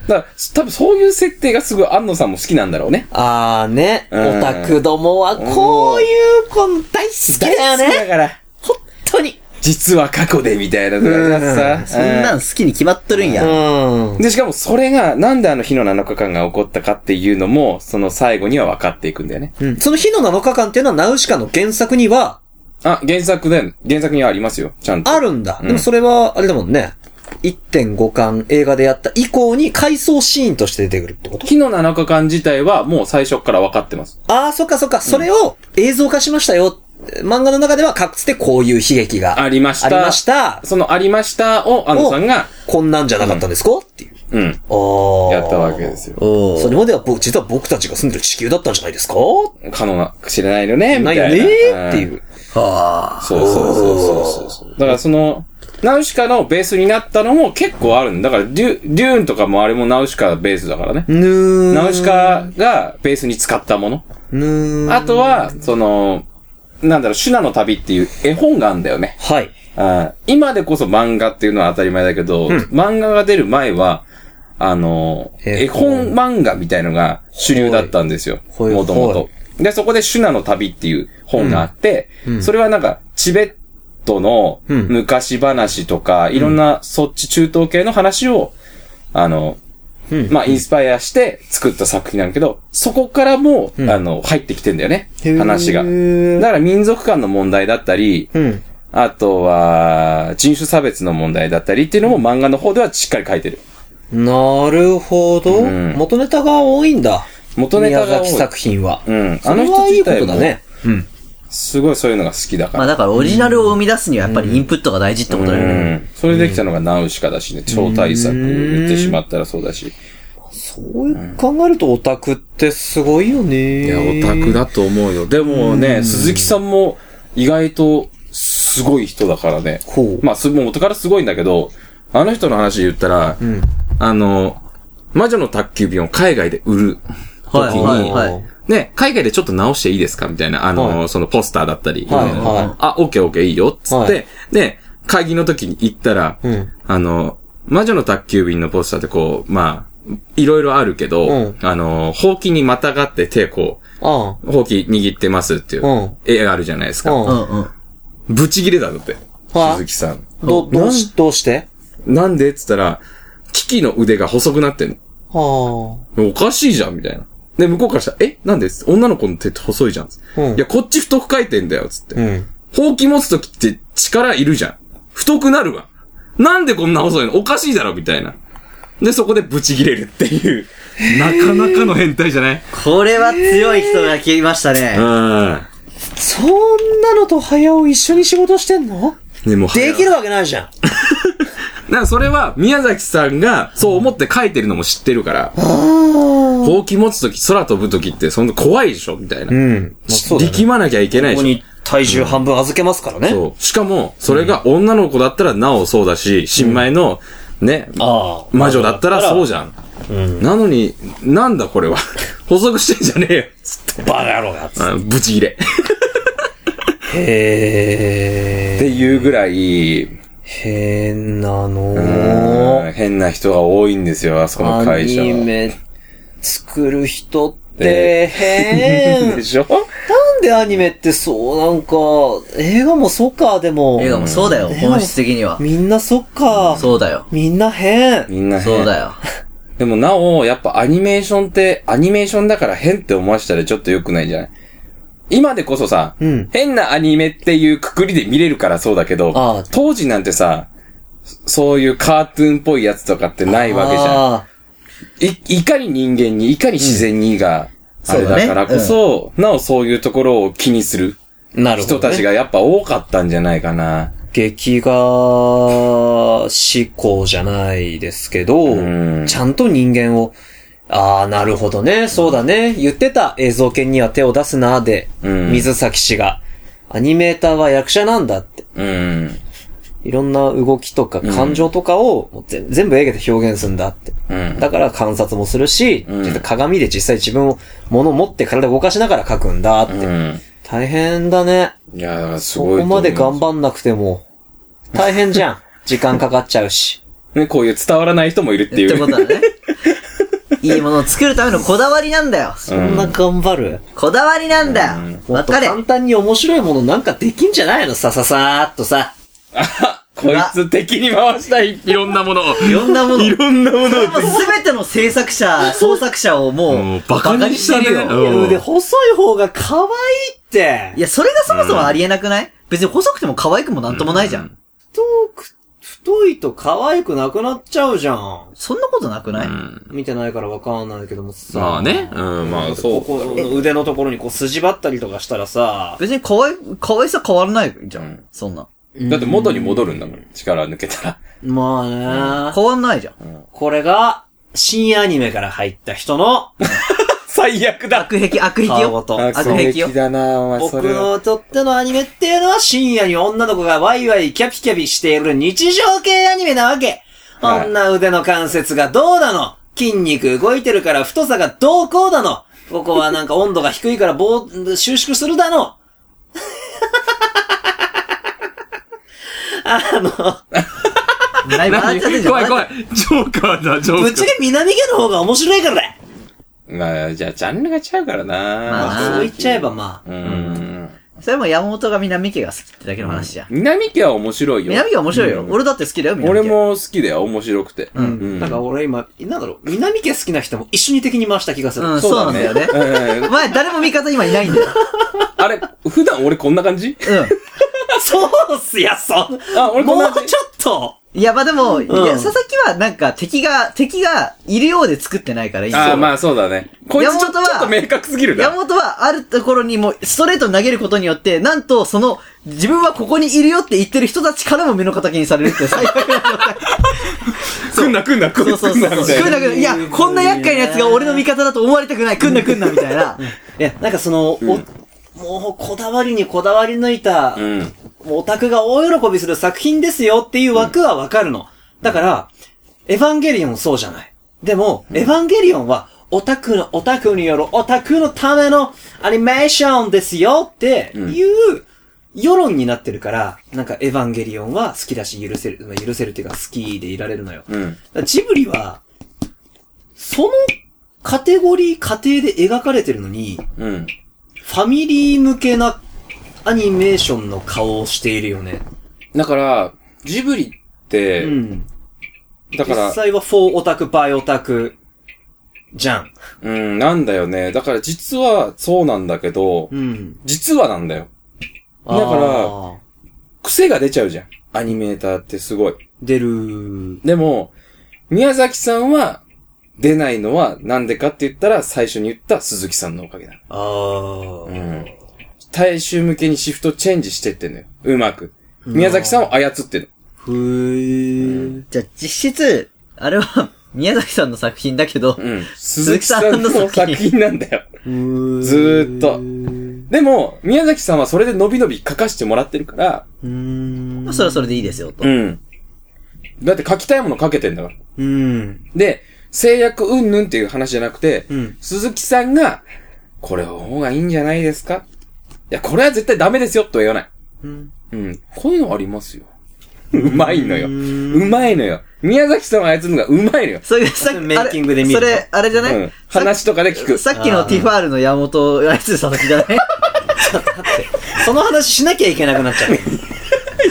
A: だから、多分そういう設定がすごい安野さんも好きなんだろうね。
B: あーね、
A: うん
B: オタクどもはこういう子大好きだよ
A: 大好き
B: ね。
A: だから、
B: 本当に。
A: 実は過去でみたいなのがさ。
C: そんなん好きに決まっとるんや。
B: うん。
A: で、しかもそれが、なんであの火の7日間が起こったかっていうのも、その最後には分かっていくんだよね。
B: うんその日の7日間っていうのはナウシカの原作には
A: あ、原作で、原作にはありますよ、ちゃんと。
B: あるんだ。
A: うん
B: でもそれは、あれだもんね。1.5巻映画でやった以降に回想シーンとして出てくるってこと
A: 火の7日間自体はもう最初から分かってます。
B: ああ、そっかそっか。それを映像化しましたよ。漫画の中ではかつてこういう悲劇が
A: ありました
B: ありました。
A: そのありましたを、安野さんが、
B: こんなんじゃなかったんですか、っていう。
A: うん。
B: ああ。
A: やったわけですよ
C: お
B: それまでは僕、実は僕たちが住んでる地球だったんじゃないですか
A: 可能な、知らないよね、みた
B: ない
A: いな。
B: よねーってい
A: ん
B: う。。
C: はあ。
A: そうそうそうそうそう。だからその、ナウシカのベースになったのも結構あるんだ。だからデュ、デューンとかもあれもナウシカベースだからね。
B: ぬー。
A: ナウシカがベースに使ったもの。
B: ぬー。
A: あとは、その、なんだろう、シュナの旅っていう絵本があるんだよね。
B: はい。
A: あー今でこそ漫画っていうのは当たり前だけど、漫画が出る前は、あの、絵
B: 絵
A: 本
B: 本
A: 漫画みたいのが主流だったんですよ。
B: ほい
A: もとも
B: ほ
A: と。で、そこでシュナの旅っていう本があって、それはなんか、チベットの
B: うん
A: 昔話とか、いろんなそっち中東系の話を、あの、
B: うん
A: まあ、インスパイアして作った作品なんだけど、そこからも、あの、入ってきてんだよね。話が。
B: へー
A: だから民族間の問題だったり、
B: うん。
A: あとは、人種差別の問題だったりっていうのも漫画の方ではしっかり書いてる。
B: なるほど、
A: ん
B: 元ネタが多いんだ。
A: 元ネタが多い
B: 宮崎作品は。
A: うん
B: それ
A: あの人
B: はいい
A: 自
B: こ
A: 体も
B: とだね。うん。
A: すごいそういうのが好きだか
C: まあ
A: ら。
C: だからオリジナルを生み出すにはやっぱりインプットが大事ってことだよ
A: う
C: ね。
A: ん。それできたのがナウシカだしね、超大作言ってしまったらそうだし。
B: そういう考えるとオタクってすごいよね。
A: いや、オタクだと思うよ。でもね、鈴木さんも意外とすごい人だからね。
B: ほう
A: まあ、すもう元からすごいんだけど、あの人の話で言ったら、あの、魔女の宅急便を海外で売る時に、
C: はいはいはい
A: ね、海外でちょっと直していいですかみたいな、あの、
B: は
A: そのポスターだったり。
B: はい
A: いろいろ
B: はい
A: あ、オッケーオッケーいいよ、っつって、
B: はい
A: で、会議の時に行ったら、
B: うん
A: あの、魔女の宅急便のポスターってこう、まあ、いろいろあるけど、
B: うん
A: あの、ほうきにまたがって手こ
B: あ
A: う、ほうき握ってますっていう、
B: うん
A: 絵があるじゃないですか。
B: あ。
C: う
B: うん。
C: んうん。
A: ブチギレだんだって。
B: はあ
A: 鈴木さん。
B: ど、どうし、どうして
A: なんでっつったら、キキの腕が細くなってんの。
B: は
A: おかしいじゃん、みたいな。で、向こうからしたら、えなんで女の子の手って細いじゃん。
B: うん
A: いや、こっち太く書いてんだよ、つって。
B: あ。うん。
A: ほうき持つときって力いるじゃん。太くなるわ。なんでこんな細いのおかしいだろ、みたいな。で、そこでブチギレるっていう。なかなかの変態じゃない
C: これは強い人が来ましたね。
A: う
B: そんなのと早尾一緒に仕事してんの
A: ん。でも、
B: できるわけないじゃん。
A: だからそれは、宮崎さんが、そう思って書いてるのも知ってるから、
B: ああ。
A: ほうき持つとき、空飛ぶときって、そんな怖いでしょみたいな。
B: うん。まあそうだね
A: 力まなきゃいけないで
B: ここ
A: しょ
B: に体重半分預けますからね。
A: そう。しかも、それが女の子だったらなおそうだし、新米の、ね、
B: ああ。
A: 魔女だったらそうじゃん。なのに、なんだこれは。 補足してんじゃねえよ。つって
B: バカ野郎が。
A: あブチギレ。っ
B: へ
A: て
B: え。
A: いうぐらい、
B: 変なの
A: うん変な人が多いんですよ、あそこの
B: ア
A: 会社は。
B: ニメ作る人っ て変。
A: でしょ
B: なんでアニメってそうなんか、映画もそっか、でも。
C: 映画もそうだよ、本質的には。
B: みんなそっか。
C: そうだよ。
B: みんな変。
A: みんな変
C: そう だよ。
A: でもなお、やっぱアニメーションって、アニメーションだから変って思わせたらちょっと良くないじゃない今でこそさ、
B: ん
A: 変なアニメっていうくくりで見れるからそうだけ
B: ああ
A: ど、当時なんてさ、そそういうカートゥーンっぽいやつとかってないわけじゃん。
B: あ
A: い、いかに人間に、いかに自然にが、あれだからこそ、なおそういうところを気にする
B: ーなるほど、
A: 人
B: ね。
A: たちがやっぱ多かったんじゃないかな。
B: 劇画思考じゃないですけど
A: ん、
B: ちゃんと人間を、ああ、なるほどね、そうだね、言ってた映像犬には手を出すな、で、
A: うん
B: 水崎氏が、アニメーターは役者なんだって、
A: うん。
B: いろんな動きとか感情とかをもうぜ全部映画で表現するんだって。
A: うん。
B: だから観察もするし、
A: うん
B: ちょっと鏡で実際自分を、物を持って体を動かしながら描くんだって。
A: うん。
B: 大変だね。
A: いや、だからす
B: そ
A: ごいと
B: こ
A: 思
B: ま
A: う。
B: で頑張んなくても、大変じゃ ん。時間かかっちゃうし。
A: ね、こういう伝わらない人もいるって
C: っ
A: いう。
C: てことだね。いいものを作るためのこだわりなんだよ。
B: そんな頑張る、
C: こだわりなんだよ。
B: も
C: わ
B: っと
C: かれ。
B: 簡単に面白いものなんかできんじゃないのさささーっとさ。
A: こいつ敵に回したい。いろんなものを。
C: いろんなも の。
A: いろんなものを。
C: もうすべての制作者、創作者を
A: も
C: も
A: う
C: う、
A: バカにしたね
C: バカにしてるよ
A: うん
B: で、細い方が可愛いって。
C: いや、それがそもそもありえなくない別に細くても可愛くもなんともないじゃん。
B: 太く、太いと可愛くなくなっちゃうじゃん。
C: そんなことなくない、
A: うん。
B: 見てないからわかんないけどもさ。
A: まあね。うん、まあそう。
B: ここの腕のところにこう筋ばったりとかしたらさ、
C: 別に可愛い、可愛さ変わらないじゃん。
A: うん
C: そんな。
A: だって元に戻るんだもん。力抜けたら。
B: まあね、
C: 変わんないじゃん。
B: これが、新アニメから入った人の
A: 最悪だ
C: 悪癖、悪癖
B: 顔
C: よ。
B: 事。
A: あ
C: 悪癖よ
A: 衝撃だなお前そ
B: 僕
A: れは。
B: のとってのアニメっていうのは深夜に女の子がワイワイキャピキャピしている日常系アニメなわけ。
A: はい
B: こんな腕の関節がどうなの筋肉動いてるから太さがどうこうだのここはなんか温度が低いから棒、収縮するだの あの、
C: ない笑っちゃってんじゃん。
A: 怖い怖
C: い。
A: い。ジョーカーだ、ジョーカー。
B: ぶっちゃけ南家の方が面白いからだ
A: まあ、じゃあ、ジャンルが違うからな
C: まあな
B: そう言っちゃえばまあ。
A: うん。
C: それも山本が南家が好きってだけの話じゃん。
A: 南家は面白いよ。
C: 南家面白いよ。俺だって好きだよ、南家。
A: 俺。も好きだよ、面白くて。
C: うん
A: ん
B: だから俺今、なんだろう、南家好きな人も一緒に敵に回した気がする。
C: うんそうなんだよね
A: うん
C: お前、誰も味方今いないん だよ。
A: あれ、普段俺こんな感じ
C: う
B: そうっすや、そう。
A: あ俺こん
B: も
A: な
B: うちょっと。
C: ん。いや、まあでも、いや
B: うん
C: 佐々木はなんか敵が、敵がいるようで作ってないからいいんだ
A: あ
C: よ
A: あ、まあそうだね。こいつちょ
C: 山本は
A: ちょっと明確すぎる
C: 山
A: な。
C: 本はあるところにもうストレートに投げることによって、なんとその自分はここにいるよって言ってる人たちからも目の敵にされる って最悪な状態。
A: 来んな来んな来ん
C: そ
A: な
C: うそう
A: 来ん
C: そう
A: な
C: そう。
A: みたい
C: 来ん
A: な。
C: なくいや、こんな厄介な奴が俺の味方だと思われたくない。来んな来んなみたいな。
B: いや、なんかその、おもうこだわりにこだわり抜いた、
A: うん。
B: もうオタクが大喜びする作品ですよっていう枠はわかるの。だから、エヴァンゲリオンそうじゃない。でも、エヴァンゲリオンは、オタクの、オタクによるオタクのためのアニメーションですよっていう、世論になってるから、なんかエヴァンゲリオンは好きだし許せる、まあ許せるっていうか好きでいられるのよ。
A: うん。
B: だからジブリは、そのカテゴリー、過程で描かれてるのに、
A: うん。
B: ファミリー向けなアニメーションの顔をしているよね。
A: だから、ジブリっ
B: う
A: て、
B: ん。
A: だか
B: 実
A: ら、
B: 際は4オタク、バイオタク、じゃん。
A: うん、なんだよね。だから実はそうなんだけど、
B: うん。
A: 実はなんだよ。だから
B: ら、
A: 癖が出ちゃうじゃん。アニメーターってすごい。
B: 出る。
A: でも、宮崎さんは出ないのはなんでかって言ったら最初に言った鈴木さんのおかげだ。
B: ああ、
A: うん。大衆向けにシフトチェンジしてってんのよ。うまく。宮崎さんを操ってる。
B: ふー。
C: じゃあ実質、あれは宮崎さんの作品だけど、
A: うん。鈴木さんの作品なんだよ。
B: ふー
A: ずーっと
B: う
A: でも、宮崎さんはそれでのびのび書かしてもらってるから、
B: ーん
C: まあそれはそれでいいですよと。
A: うん。だって書きたいもの書けてんだから。
B: うん。
A: で、制約うんぬんっていう話じゃなくて、
B: うん
A: 鈴木さんが、これの方がいいんじゃないですかいや、これは絶対ダメですよとは言わない。
B: うん。
A: うん。こういうのありますよ。うまいのよ。
B: う
A: うまいのよ。宮崎さんを操るのがうまいのよ。
C: それさっき、
B: メイキングで見る
C: あれそれ、あれじゃない、
A: うん。
C: さっき
A: 話とかで聞く。
C: さっきのティファールの山本、あいつ佐々木じゃない
B: その話しなきゃいけなくなっちゃう。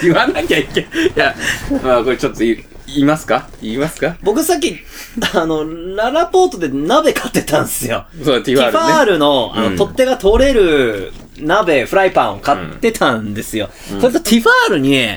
A: 言わなきゃいけない。いや、まあこれちょっと言い、言いますか言いますか
B: 僕さっき、あの、ララポートで鍋買ってたんすよ。
A: そう、テ
B: テ
A: ィファールね。
B: ィファールの、あ
A: うん
B: の、取っ手が取れる鍋、フライパンを買ってたんですよ。それとティファールに、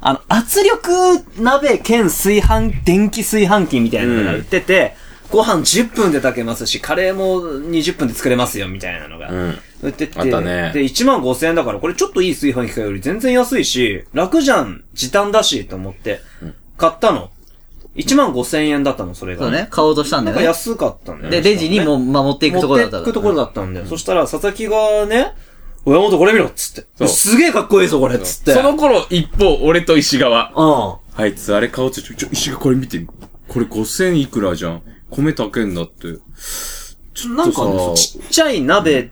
B: あの、圧力鍋兼炊飯、電気炊飯器みたいなのが売ってて、ご飯10分で炊けますし、カレーも20分で作れますよ、みたいなのが。
A: うん
B: 売ってて。
A: あったね
B: で、1万5千円だから、これちょっといい炊飯器より全然安いし、楽じゃん、時短だし、と思って、買ったの。1万5千円だったの、それが。
C: そう。ね、買おうとしたんだ
B: なんか
C: よね。
B: 安かったんだよね
C: で、レジにも守っていくところだった
B: 持
C: か
B: って
C: ら
B: くところだったんだよ。そしたら、佐々木がね、親元これ見ろっつっ
A: そ
B: て。
A: う
B: すげえかっこいいぞ、これっつって。
A: その頃、一方、俺と石川。
B: うん。
A: あいつ、あれ顔つちょ、ちょ、石川これ見て。これ5000いくらじゃん。米炊けんだって。ちょ
B: な
A: っと
B: ん
A: さ
B: かね、ちっちゃい鍋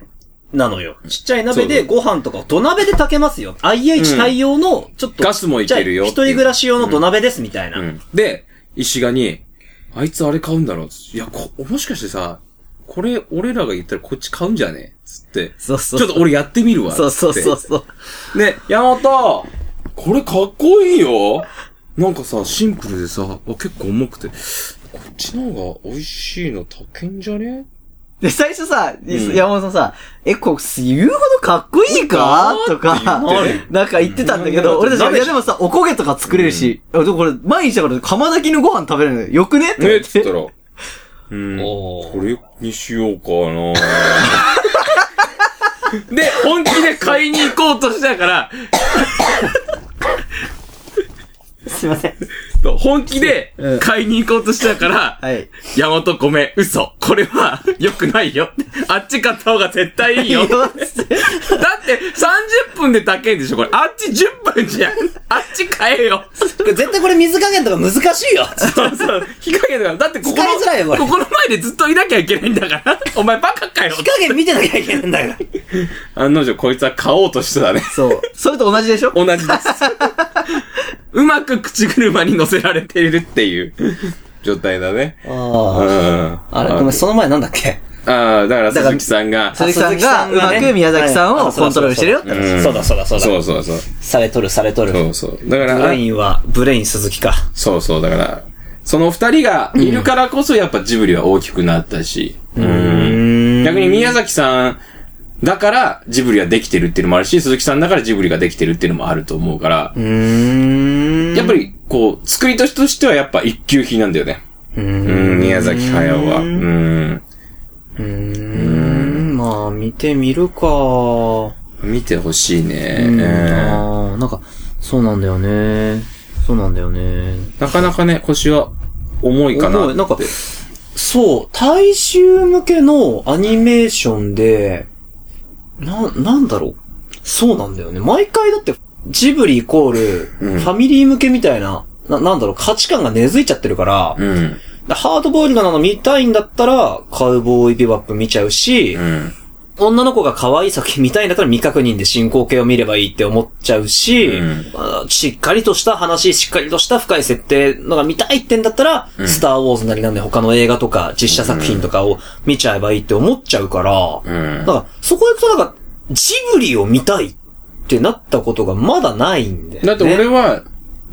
B: なのよ。ちっちゃい鍋でご飯とか土鍋で炊けますよ。IH 対応の、ちょっと。
A: ガスもいけるよ
B: ちっちゃい一人暮らし用の土鍋です、みたいな。
A: うん。で、石川に、あいつあれ買うんだろうっつっていや、こ、もしかしてさ、これ、俺らが言ったらこっち買うんじゃねつって。
C: そうそう
A: ちょっと俺やってみるわ。
C: そうそうそう
A: つっ
C: そう。
A: て。で、山本、これかっこいいよなんかさ、シンプルでさ、あ結構重くて、こっちの方が美味しいの高いんじゃね
C: で、最初さ、
A: ん
C: 山本さんさ、え、こう、言うほどかっこいいかとか
A: 言って、
C: なんか言ってたんだけ
A: うん
C: ど、俺たちが、い
A: 鍋
C: やでもさ、おこげとか作れるし、あでもこれ、毎日だから釜炊きのご飯食べれるのよ。よくねって
A: ね
C: 思
A: っつ
C: っ
A: ったら、
C: て。
A: うん、
B: おー
A: これにしようか なで、本気で買いに行こうとしたから、
C: すいません。
A: 本気で
C: うん
A: 買いに行こうとしたから、
C: はい。
A: ヤマトごめん、嘘。これは良くないよ。あっち買った方が絶対い いよ。だ
C: よつって
A: って30分で高いんでしょ、これ。あっち10分じゃん。あっち買えよ。
B: これ絶対これ水加減とか難しい よ。
A: そうそう。火加減だから。だってここ
B: 使いづらいよこ
A: の、
B: れ
A: ここの前でずっといなきゃいけないんだから。お前バカかよ。
B: 火加減見てなきゃいけないんだよ。
A: 案の定こいつは買おうとしてたね。
C: そう。それと同じでしょ
A: 同じです。 うまく口車に乗せられているっていう状態だね。う
B: あ
A: ん。
B: あ。あれ、ごめん、その前なんだっけ
A: ああ、だから
C: だから
A: 鈴木さんが。
C: 鈴木さんがうま
B: ね
C: く宮崎さんをコントロールしてるよって
B: はいあそうだそうだそうだ。
A: そうそうそう。
B: されとるされとる。
A: そうそう。だか
B: ブ
A: ら、あ
B: レインは、ブレイン鈴木か。
A: そうそう、だから、その二人がいるからこそやっぱジブリは大きくなったし。うん逆に宮崎さんだからジブリはできてるっていうのもあるし、鈴木さんだからジブリができてるっていうのもあると思うから、
B: うん。
A: やっぱりこう、作りとしてはやっぱ一級品なんだよね。うん、宮崎駿は。うん。
B: うん、まあ、見てみるか。
A: 見てほしいね。
B: うん
A: うん
B: あーなんか、そうなんだよね。そうなんだよね。
A: なかなかね、腰は重いかな
B: 重
A: っ
B: いなんか
A: て。
B: そう、大衆向けのアニメーションで、な、なんだろう。そうなんだよね。毎回だって、ジブリイコール、
A: うん
B: ファミリー向けみたいな、な、なんだろう、価値観が根付いちゃってるから、
A: うん。
B: でハードボイルドなの見たいんだったら、カウボーイビバップ見ちゃうし、
A: うん。
B: 女の子が可愛い作品見たいんだったら未確認で進行形を見ればいいって思っちゃうし、
A: うん
B: あしっかりとした話、しっかりとした深い設定のが見たいってんだったら、
A: ん
B: スターウォーズなりなんで他の映画とか実写作品とかを見ちゃえばいいって思っちゃうから、
A: うん
B: だからそこ行くとなんか、ジブリを見たいってなったことがまだないんで、ね。
A: だって俺は、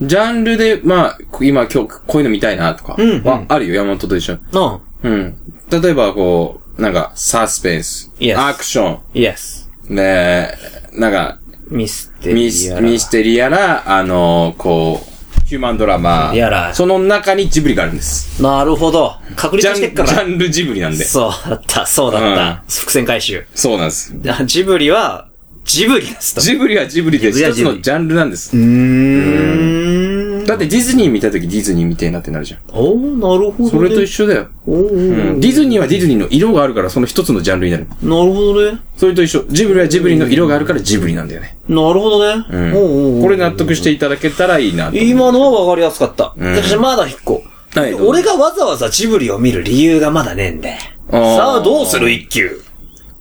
A: ジャンルで、まあ、今今日こういうの見たいなとか、
B: うん
A: はあるよ、山本と一緒。
B: うん。
A: うん。例えばこう、なんか、サスペンス、
B: Yes
A: アクショ
B: イエス。
A: ン、ねえ、なんか、
B: ミステリ
A: ミス
B: ーやら。
A: ミステリーやら、あのこう、ヒューマンドラマ、
B: やら
A: その中にジブリがあるんです。
B: なるほど。確
A: ジ
B: 立
A: ャン
B: してっ
A: ジ
B: から。
A: ャンルジブリなんで。
B: そうだった、そうだった。
A: う
B: 伏線回収。
A: そうなんです。
B: あジブリは、ジブリですと。
A: ジブリはジブリで
B: ジブリは
A: 一つ
B: ジブリ
A: のジャンルなんです。
B: うーん。
A: だってディズニー見たときディズニーみたいになってなるじゃん。
B: おー、なるほど、ね。
A: それと一緒だよ。
B: おーお
A: う
B: ー
A: んディズニーはディズニーの色があるからその一つのジャンルになる。
B: なるほどね。
A: それと一緒。ジブリはジブリの色があるからジブリなんだよね。
B: なるほどね。
A: うん。
B: おーおーおー
A: これ納得していただけたらいいなと。
B: 今のは分かりやすかった。
A: ん
B: 私まだ引っ個。
A: はいどうぞ
B: 俺がわざわざジブリを見る理由がまだねえんで。
A: あー
B: さあ、どうする一級。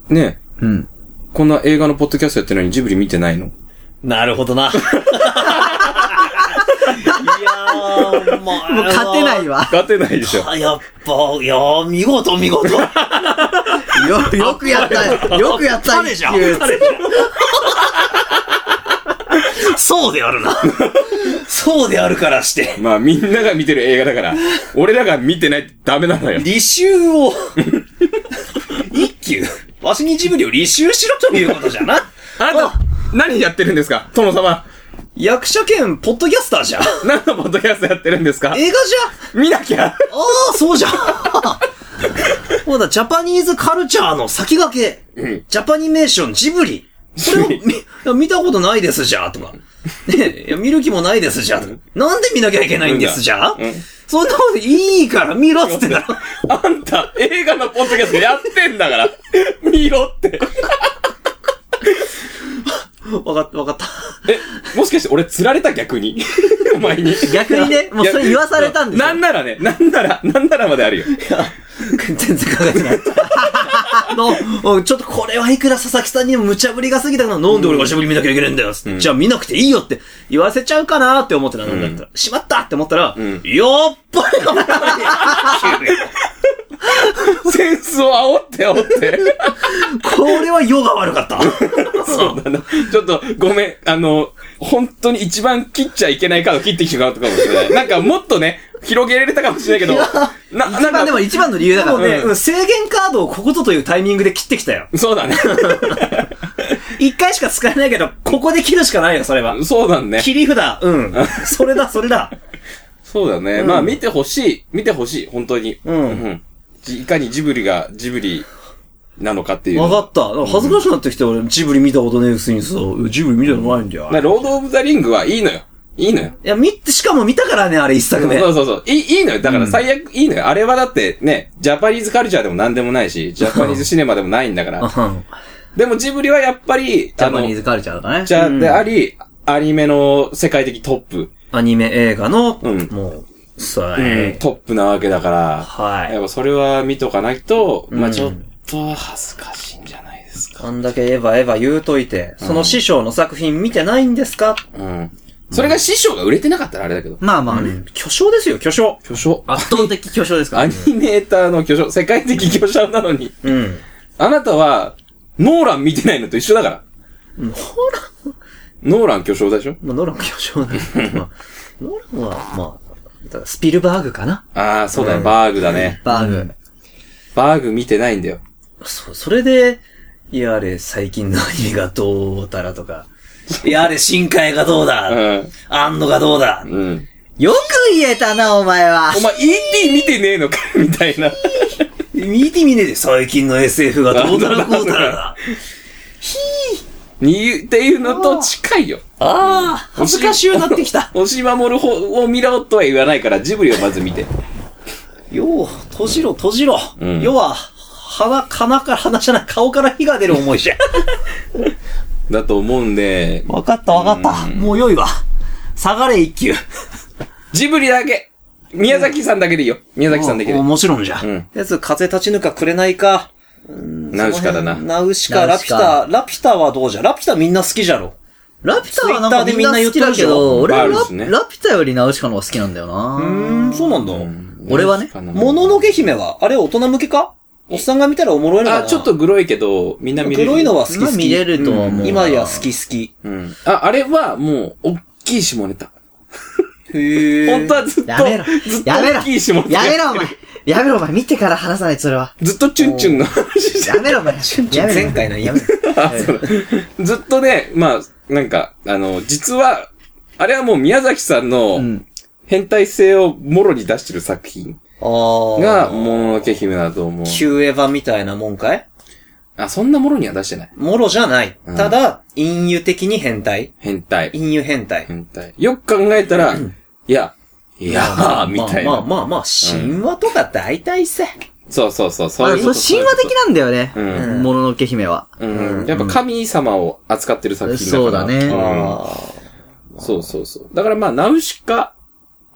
A: ねえ
C: うん。
A: こんな映画のポッドキャストやってるのにジブリ見てないの
B: なるほど な。いやー、まあ。
C: もう勝てないわ。
A: 勝てないでしょ。
B: あ。やっぱ、いやー、見事見 事。
C: よ、よくやったよ。よくやった
B: あったでしょあったで そうで あるな。そうであるからして。
A: まあみんなが見てる映画だから、俺らが見てないってダメなのよ。
B: 履修を、一級、わしにジブリを履修しろということじゃな。
A: あなた、何やってるんですか殿様。
B: 役者兼ポッドキャスターじゃん。
A: 何のポッドキャストやってるんですか
B: 映画じ
A: 見なきゃ
B: ゃん。ああ、そうじゃん。まだジャパニーズカルチャーの先駆け、
A: ん
B: ジャパニメーションジブリ。これを
A: ジブ
B: 見いや見たことないですじゃ、とか。ねいや見る気もないですじゃ。なんで見なきゃいけないんですじゃ、
A: うん
B: そんなこといいから見ろっつってんだろ。
A: あんた、映画のポッドキャストやってんだから、見ろって。
B: わかった、わかった。
A: え、もしかして俺釣られた逆 にお前に。
C: 逆にね、もうそれ言わされたんですよ
A: な。んならね、なんなら、なんならまであ るよ。
B: 全然考えてない。 の、ちょっとこれはいくら佐々木さんにも無茶ぶりが過ぎたから、なんで俺がジブリ見なきゃいけないんだよ、じゃあ見なくていいよって言わせちゃうかなって思ってたんだったら、しまったって思ったら、
A: ん
B: やっぱり
A: センスを煽って煽って。
B: これは世が悪かった。
A: そうだな。ちょっと、ごめん。あの、本当に一番切っちゃいけないカード切ってきてもらったかもしれない。なんかもっとね、広げられたかもしれないけど、な、
C: 一番でも一番の理由だか
B: も う
C: ら。
B: ね、
A: うん
B: うん制限カードをこことというタイミングで切ってきたよ。
A: そう だね。
B: 一回しか使えないけど、ここで切るしかないよ、それは。
A: そうだね。
B: 切り札、うん。それだ、それだ。
A: そうだね。
B: うん
A: まあ見てほしい。見てほしい。本当に。
B: うん
A: んじいかにジブリがジブリなのかっていう。
B: わかった。恥ずかしくなってきて、俺、ジブリ見たことねえくせにさ、ジブリ見たことないんだよ。
A: まあ、ロード・オブ・ザ・リングはいいのよ。いいのよ。
B: いや、見て、しかも見たからね、あれ一作目。
A: そうそうそう。いい、いいのよ。だから最悪いいのよ。あれはだってね、ジャパニーズカルチャーでも何でもないし、ジャパニーズシネマでもないんだから。
B: うん
A: でもジブリはやっぱり、
C: ジ
A: あ
C: ャパ
A: の、
C: ニー
A: ジ
C: ズカルチャーだね。
A: ャーであり、アニメの世界的トップ、
B: アニメ映画の、
A: うん
B: もう、さあ、
A: うんトップなわけだから、
B: はい
A: やっぱそれは見とかないと、ま
B: う
A: あ
B: ん
A: ちょっと恥ずかしいんじゃないですか。
B: あんだけエヴァエヴァ言うといて、その師匠の作品見てないんですか、
A: うん。それが師匠が売れてなかったらあれだけど。
C: まあまあね。
B: 巨匠ですよ、巨匠。
A: 巨匠。
C: 圧倒的巨匠ですか
A: ア
C: ら
A: ニ。メーターの巨匠。世界的巨匠なのに。
B: うん。
A: あなたは、ノーラン見てないのと一緒だから。
B: ノーラ
A: ノーラン巨匠でしょ
B: ン、まあ、ノーラン巨匠なんですけど、まあ ノーランは、まあ、だからスピルバーグかな
A: ああ、そうだね。バーグだね。
C: バーグ。
A: バーグ見てないんだよ。
B: そ、それで、いやあれ、最近のアニメがどうたらとか、いやあれ、深海がどう
A: う
B: だ、
A: ん。
B: あんのがどうだ、
A: うん。
C: よく言えたな、お前は
A: お。前、ET 見てねえのかみたいな。
B: 見てみねえで、最近の SF がどうたらこうたらだ。
A: に、っていうのと近いよ。
B: ああ、恥ずかしゅうなってきた。
A: 押し守る方を見ろとは言わないから、ジブリをまず見て。
B: よう、閉じろ、閉じろ。
A: うん
B: 要は、鼻、鼻から、鼻じゃない、顔から火が出る思いじゃ。
A: だと思うんで、
B: わかった、わかった。もう良いわ。下がれ、一級。
A: ジブリだけ宮崎さんだけでいいよ。宮崎さんだけで
B: も。もちろんじゃ。
A: うん
B: やつ、風立ちぬかくれないか。
A: ナウシカだな。
B: ナウシカ、
C: ナウ
B: ラ
C: シ
B: ピ
C: カ
B: ュタ、ラピュタはどうじゃラピュタみんな好きじゃろ。
C: ラピュタはなんかみんな好き
B: Twitter でみん
C: だけ
B: な言ってる
C: ど、俺は
A: バール
C: ラ
A: スね
C: ラピュタよりナウシカの方が好きなんだよ
B: う
C: な。
B: ーん、そうなんだ。
C: 俺はね
B: もののけ姫は、あれ大人向けかおっさんが見たらおもろいのか
A: あ、
B: な
A: ちょっとグロいけど、みんな見れる。
B: 黒いのは好き
C: まあ
B: 好き。
C: 見れるとは思うなん
B: 今や好き好き。
A: うん。あ、あれはもう、おっきい下ネタ。
B: へ
A: 本当はずっと、
C: やめろ
A: ずっ。と
C: やめろ
A: 大きい下ネ。タ。
C: やめろ、お前。やめろ、お前。見てから話さないと、それは。
A: ずっとチュンチュンの話して
C: やめろ、お前。やめろ
B: 前回のやめろ。
A: ずっとね、まあ、なんか、あの、実は、あれはもう宮崎さん
C: う
A: の
C: ん
A: 変態性をもろに出してる作品
B: ああ。
A: が、もののけ姫だと思う。
B: 旧エヴァみたいなもんかい
A: あ、そんなもろには出してない。
B: もろじゃない。
A: うん
B: ただ、陰湯的に変態。
A: 変態。
B: 陰湯変態。
A: 変態。よく考えたら、いや、いやー、みたい
B: まあまあ
A: な。
B: まあまあ、神話とか大体さ。
A: そうそうそう。そ
C: ま
A: う
C: あ
A: いう
C: そ
A: こ
C: う
A: と
C: 神話的なんだよね
A: う。
C: もののけ姫は。
A: うん。やっぱ神様を扱ってる作品だから。
C: そうだね
A: んそうそうそう。だからまあ、ナウシカ、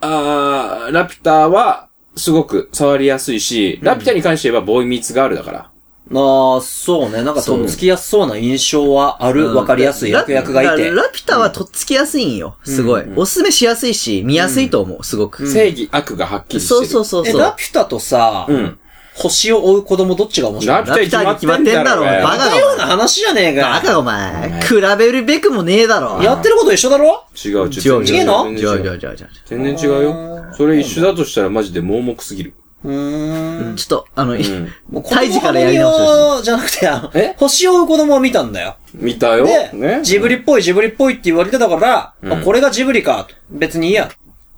A: あーラピュタは、すごく触りやすいし、ラピュタに関して言えばボーイミーツガールだから。
B: ああ、そうね。なんかとっつきやすそうな印象はあ
C: う
B: る。
C: ん
B: わかりやすい
C: ラ
B: 悪役がいて
C: ラ。ラピュタはとっつきやすいんよ。すごい。おすすめしやすいし、見やすいと思う、すごく。
A: 正義、悪がはっきりしてる。
C: そうそうそう
B: え、
C: そう。
B: ラピュタとさ
A: う、ん。
B: 星を追う子供どっちが面白い
A: ラ
B: の
A: ピュタに決まってんだろうがよ
C: ラピュタに決まってん
B: 似た
C: だろうがバカ
B: ような話じゃねえ
C: バ
B: か。
C: カお前。比べるべくもねえだろ。
B: やってること一緒だろ
A: 違う、
C: 違
B: 違
C: う
B: うの
A: 全
C: 違
A: 然違
C: う違う
A: う。
C: 違う違う。
A: 全然違うよ。それ一緒だとしたらマジで盲目すぎる。
B: うーん。
C: ちょっと、あの、
B: 胎
C: 胎
B: 児
C: 児
B: か
C: からら
B: や
C: や
B: り
C: り
B: 直
C: 直
B: し
C: しててほしい。
B: じゃなくて、あの
A: え、
B: 星を追う子供を見たんだよ。
A: 見たよ。
B: で、
A: ね。
B: ジブリっぽい、ジブリっぽいって言われてたから、あこれがジブリか、と別にいいや。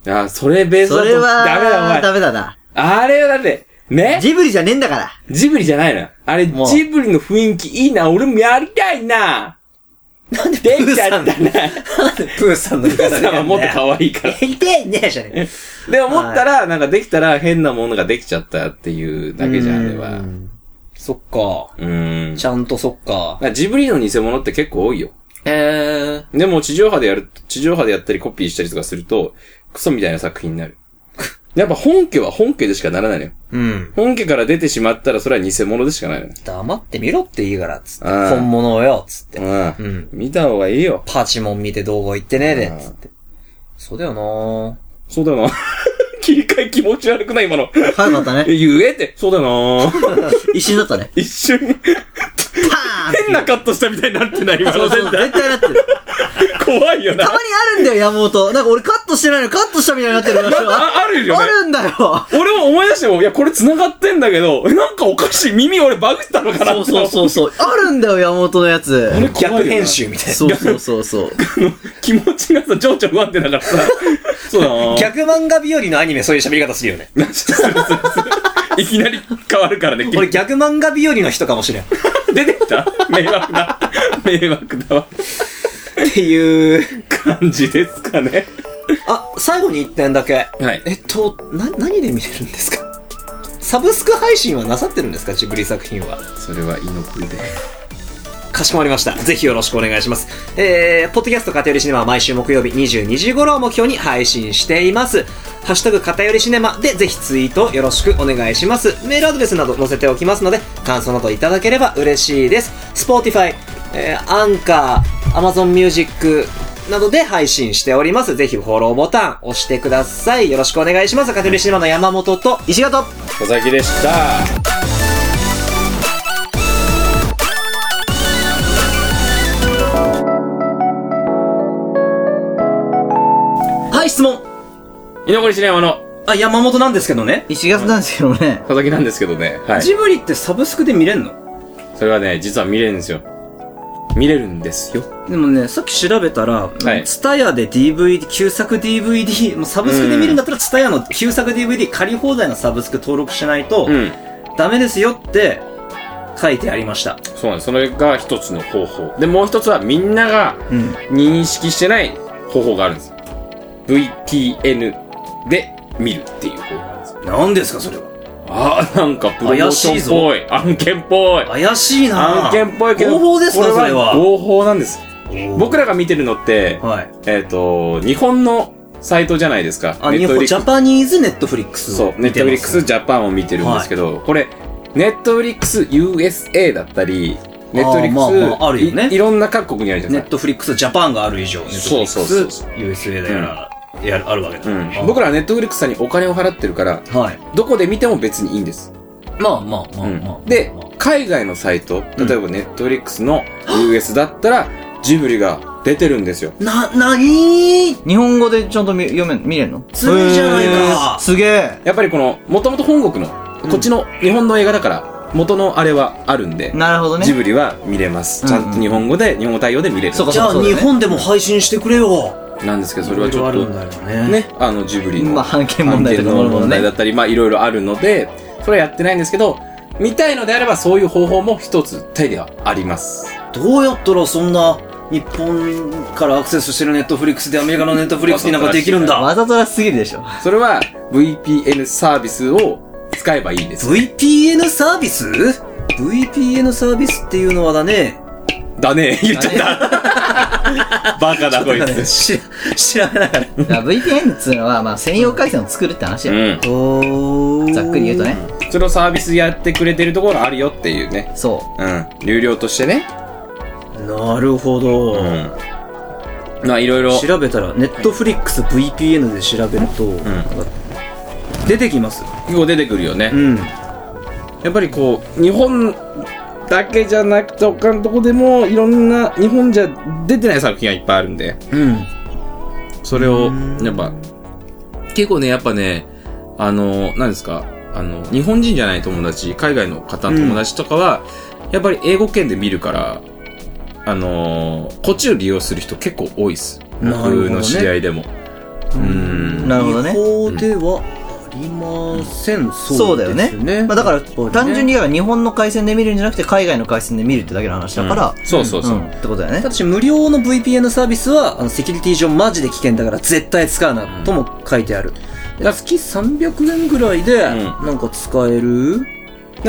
A: あー、それ ベースだ
C: そ
A: と
C: れは、
A: ダメだ、お前。
C: ダメだな。
A: あれはだって、ね
C: ジブリじゃねえんだから。
A: ジブリじゃないのよ。あれ、
B: もう
A: ジブリの雰囲気いいな、俺もやりたいな。なんでできちゃったな。
B: プーさんの言い
A: お母さんはもっと
B: わ
A: 可愛い から。
B: いい。痛いねえじゃね
A: で、思ったら、なんかできたら変なものができちゃったっていうだけじゃん、あれは。う
B: そっか。
A: ーん。
B: ちゃんとそっか。
A: まあジブリの偽物って結構多いよ。
B: えー、
A: でも地上波でやる、地上波でやったりコピーしたりとかすると、クソみたいな作品になる。 やっぱ本家は本家でしかならないのよ。
B: うん。
A: 本家から出てしまったらそれは偽物でしかないのよ。
B: 黙ってみろっていいから、つって。
A: うん
B: 本物をよ、つって。
A: うん。
B: うん。
A: 見た方がいいよ。
B: パチモン見て動画行ってねえで
A: う、ん
B: つって。そうだよな
A: そうだよな。 切り替え気持ち悪くない今の。
C: 早 かったね。
A: え言えって。そうだよ な。
C: 一瞬だったね。
A: 一瞬、
C: パーン
A: 変なカットしたみたいになってない今
C: そ
A: の
C: うそう
A: 全
C: 絶
A: 体。
C: 対なってる。
A: 怖いよな
C: た。まにあるんだよ、山本。なんか俺カットしてないのカットしたみたいになってる場所
A: ああるよね
C: あるんだよ。
A: 俺も思い出しても、いや、これ繋がってんだけど、えなんかおかしい。耳俺バグったのかな
B: そうそうそうそう。
C: あるんだよ、山本のやつ。
A: あれ怖いよな
B: 逆編集みたいな。
C: そうそうそうそう。
A: う。気持ちがさ、情緒不安定だからさ。そうだな。
B: 逆漫画日和のアニメそういう喋り方するよね。
A: するするする いきなり変わるからね。
B: 俺逆漫画日和の人かもしれん。っ
A: 出てきた迷惑だ。迷惑だわ。
B: ていう。
A: 感じですかね。
B: あ、最後に一点だけ。
A: はい
B: えっと、な、何で見れるんですかサブスク配信はなさってるんですかジブリ作品は。
A: それは猪木で。
B: かしこまりました。ぜひよろしくお願いします。えー、ポッドキャスト偏りシネマは毎週木曜日22時頃を目標に配信しています。ハッシュタグ偏りシネマでぜひツイートよろしくお願いします。メールアドレスなど載せておきますので、感想などいただければ嬉しいです。Spotify、えー、アンカー、Amazon Music などで配信しております。ぜひフォローボタン押してください。よろしくお願いします。偏りシネマの山本と、
C: 石形
A: 小崎でした。
C: はい、質問。
A: 猪森シネマの
B: あ、山本なんですけどね。
C: 石形なんですけどね。
A: 佐々木なんですけどね。はい。
B: ブリってサブスクで見れんの
A: それはね、実は見れるんですよ。見れるんですよ。
B: でもね、さっき調べたら、
A: い
B: ツタヤで DVD、旧作 DVD、もうサブスクで見るんだったら、ツタヤの旧作 DVD 借り放題のサブスク登録しないと、
A: うん。
B: ダメですよって書いてありました。
A: そうなんです。それが一つの方法。で、もう一つはみんなが
C: うん。
A: 認識してない方法があるんです。VPN で見るっていう方法があるんですよ。
B: 何ですか、それは。
A: あー、なんかプロモーションっぽい。案件っぽい。
B: 怪しいなぁ
A: 案件っぽいけど、
B: 合法ですか、それは。
A: 合法なんです。僕らが見てるのって、
B: はい。
A: えっ、と、日本のサイトじゃないですか。
B: あ、日
A: Netflix
B: 本、ジャパニーズネットフリックス
A: そう、ネットフリックスジャパンを見てるんですけど、これ、ネットフリックス USA だったり、ネットフリックス、
B: まあまああるよね
A: いいろんな各国にあるじゃな
B: ネ
A: い
B: ッ
A: ですか。
B: トフリックスジャパンがある以上、ネットフリ
A: そうそうそうそ
B: ックス USA だから、やるあるわけだ、
A: うん、僕らはネットフリックスさんにお金を払ってるから、
B: ら、はい。
A: どこで見ても別にいいんです。
B: まあまあまあまあ、
A: うん
B: まあ
A: で、海外のサイト、例えばネットフリックスの US だったら、ジブリが出てるんですよ。
B: な、なにー
C: 日本語でちゃんと見読めん、見れんの
B: すげえじゃないか
C: へーすげえ。
A: やっぱりこの、もともと本国の、こっちの日本の映画だから、元のあれはあるんで、
C: なるほどね
A: ジ。ブリは見れます。
C: うん
A: ちゃんと日本語で、日本語対応で見れる。
C: そうか
B: じゃあ
C: そうだ
B: 日
C: ね
B: 本でも配信してくれよ。
A: なんですけど、それはちょっ
B: いろい
A: と
B: ろ、あるんだよね。
A: ね、あの、ジブリの。
C: まあ、判件問題とかもろもろ
A: 問題だ
C: ね。
A: ったり、まあいろいろあるので、それはやってないんですけど、見たいのであればそういう方法も一つ手ではあります。
B: どうやったらそんな日本からアクセスしてるネットフリックスでアメリカのネットフリックスになんかできるんだ。
C: わざとらしすぎるでしょ。
A: それは VPN サービスを使えばいいんです。
B: VPN サービス ?VPN サービスっていうのはだね。
A: だね、言っちゃった。バカだこい
B: なんか
A: つ。
B: し調べながら。
C: だから VPN っつうのは、まあ、専用回線を作るって話
A: う
C: よ。
A: ん。
B: お
C: ざっくり言うと。ね。
A: それをサービスやってくれてるところあるよっていうね。
C: そ
A: うん。流量としてね。
B: なるほど。
A: うん。まあいろいろ。
B: 調べたら、ネットフリックス VPN で調べると、なんか出てきます。
A: 結構出てくるよね。
B: うん。
A: やっぱりこう日本だけじゃなくて他のとこでもいろんな日本じゃ出てない作品がいっぱいあるんで
B: うん。
A: それをやっぱ結構ねやっぱねあの何ですかあの日本人じゃない友達海外の方の友達とかは、やっぱり英語圏で見るからあのこっちを利用する人結構多いです
B: なるほどね
A: 僕の知り合いでも、うん
C: う。なるほど
B: 違
C: ね。
B: 法ではありません。
C: そうだよね
B: ですね
C: まあ、だから、
B: そうだね
C: 単純に言えば日本の回線で見るんじゃなくて、海外の回線で見るってだけの話だから、
A: うんそうそうそう、
C: んってことだよ
B: た
C: ね。
B: だし無料の VPN サービスはあのセキュリティ上マジで危険だから絶対使うなとも書いてある、で月300円ぐらいで
A: ん
B: なんか使える、
A: だか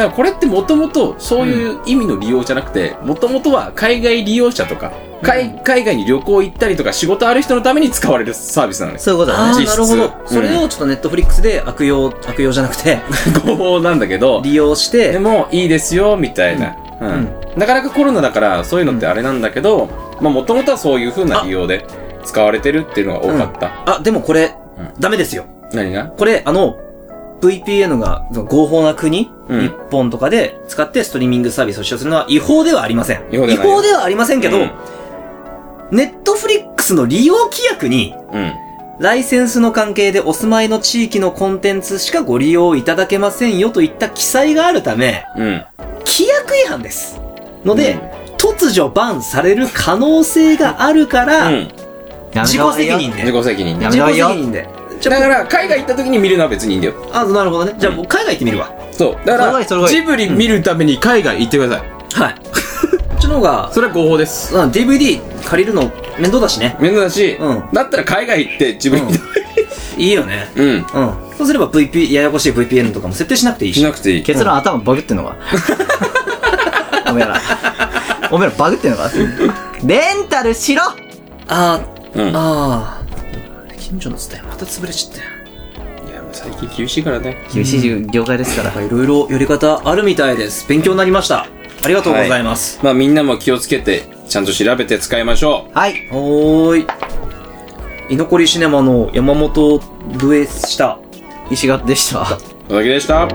A: らこれってもともとそういう意味の利用じゃなくて、もともとは海外利用者とか、海海外に旅行行ったりとか仕事ある人のために使われるサービスなんです。
C: そういうことだ
B: あ
C: ね。
B: あ
A: 実
B: な
A: 質
B: るほど、
A: うん
B: それをちょっとネットフリックスで悪用悪用じゃなくて
A: 合法なんだけど、
B: 利用し
A: で
B: て
A: もいいですよ、みたいな。うんなかなかコロナだからそういうのってあれなんだけど、まあもともとはそういう風な利用で使われてるっていうのが多かった。
B: あでもこれ、
A: うん
B: ダメですよ
A: 何が
B: これあの VPN がその合法な国、
A: うん
B: 日本とかで使ってストリーミングサービスを使用するのは違法ではありません
A: 違法ではない
B: 違法ではありませんけど、
A: うん
B: ネットフリックスの利用規約に、
A: うん。
B: ライセンスの関係でお住まいの地域のコンテンツしかご利用いただけませんよといった記載があるため、
A: うん。
B: 規約違反です。ので、
A: うん
B: 突如バンされる可能性があるから、
A: うん。
B: 自己責任
A: 自
B: で。
A: 己責任
C: や
A: ね
C: め
B: 自
C: ろ
B: 己
C: よ
B: 責任で。じ
A: だ
B: ゃ
A: から、海外行った時に見るのは別にいいんだよ。
B: あ、あなるほどね。じゃあ、もう海外行ってみるわ。
A: そう。だ
C: それ
A: か
C: がいいそれ
A: ら、
C: がいい
A: ジブリ見るために海外行ってください。
B: はい。 こっちの方が、
A: それは合法です。
B: うん DVD 借りるの面倒だしね。
A: 面倒だし、
B: うん
A: だったら海外行ってジブリ見た
B: いいよね。
A: い。うん。
B: うん。そうすれば VP、ややこしい VPN とかも設定しなくていい
A: し
B: し。
A: なくていい。
C: 結論頭バグってん のかおめえら。おめえらバグってんのかレンタルしろ
B: あ
A: うん。いや、
B: あ、ああ。近所の伝えまた潰れちゃったよ。
A: もう最近厳しいからね。
C: 厳しい業界ですから。
B: いろいろやり方あるみたいです。勉強になりました。ありがとうございます。
A: まあみんなも気をつけて、ちゃんと調べて使いましょ
C: はい。
B: はーい。居残りシネマの山本ブエした。
C: 石垣でした。
A: う。おだけでした。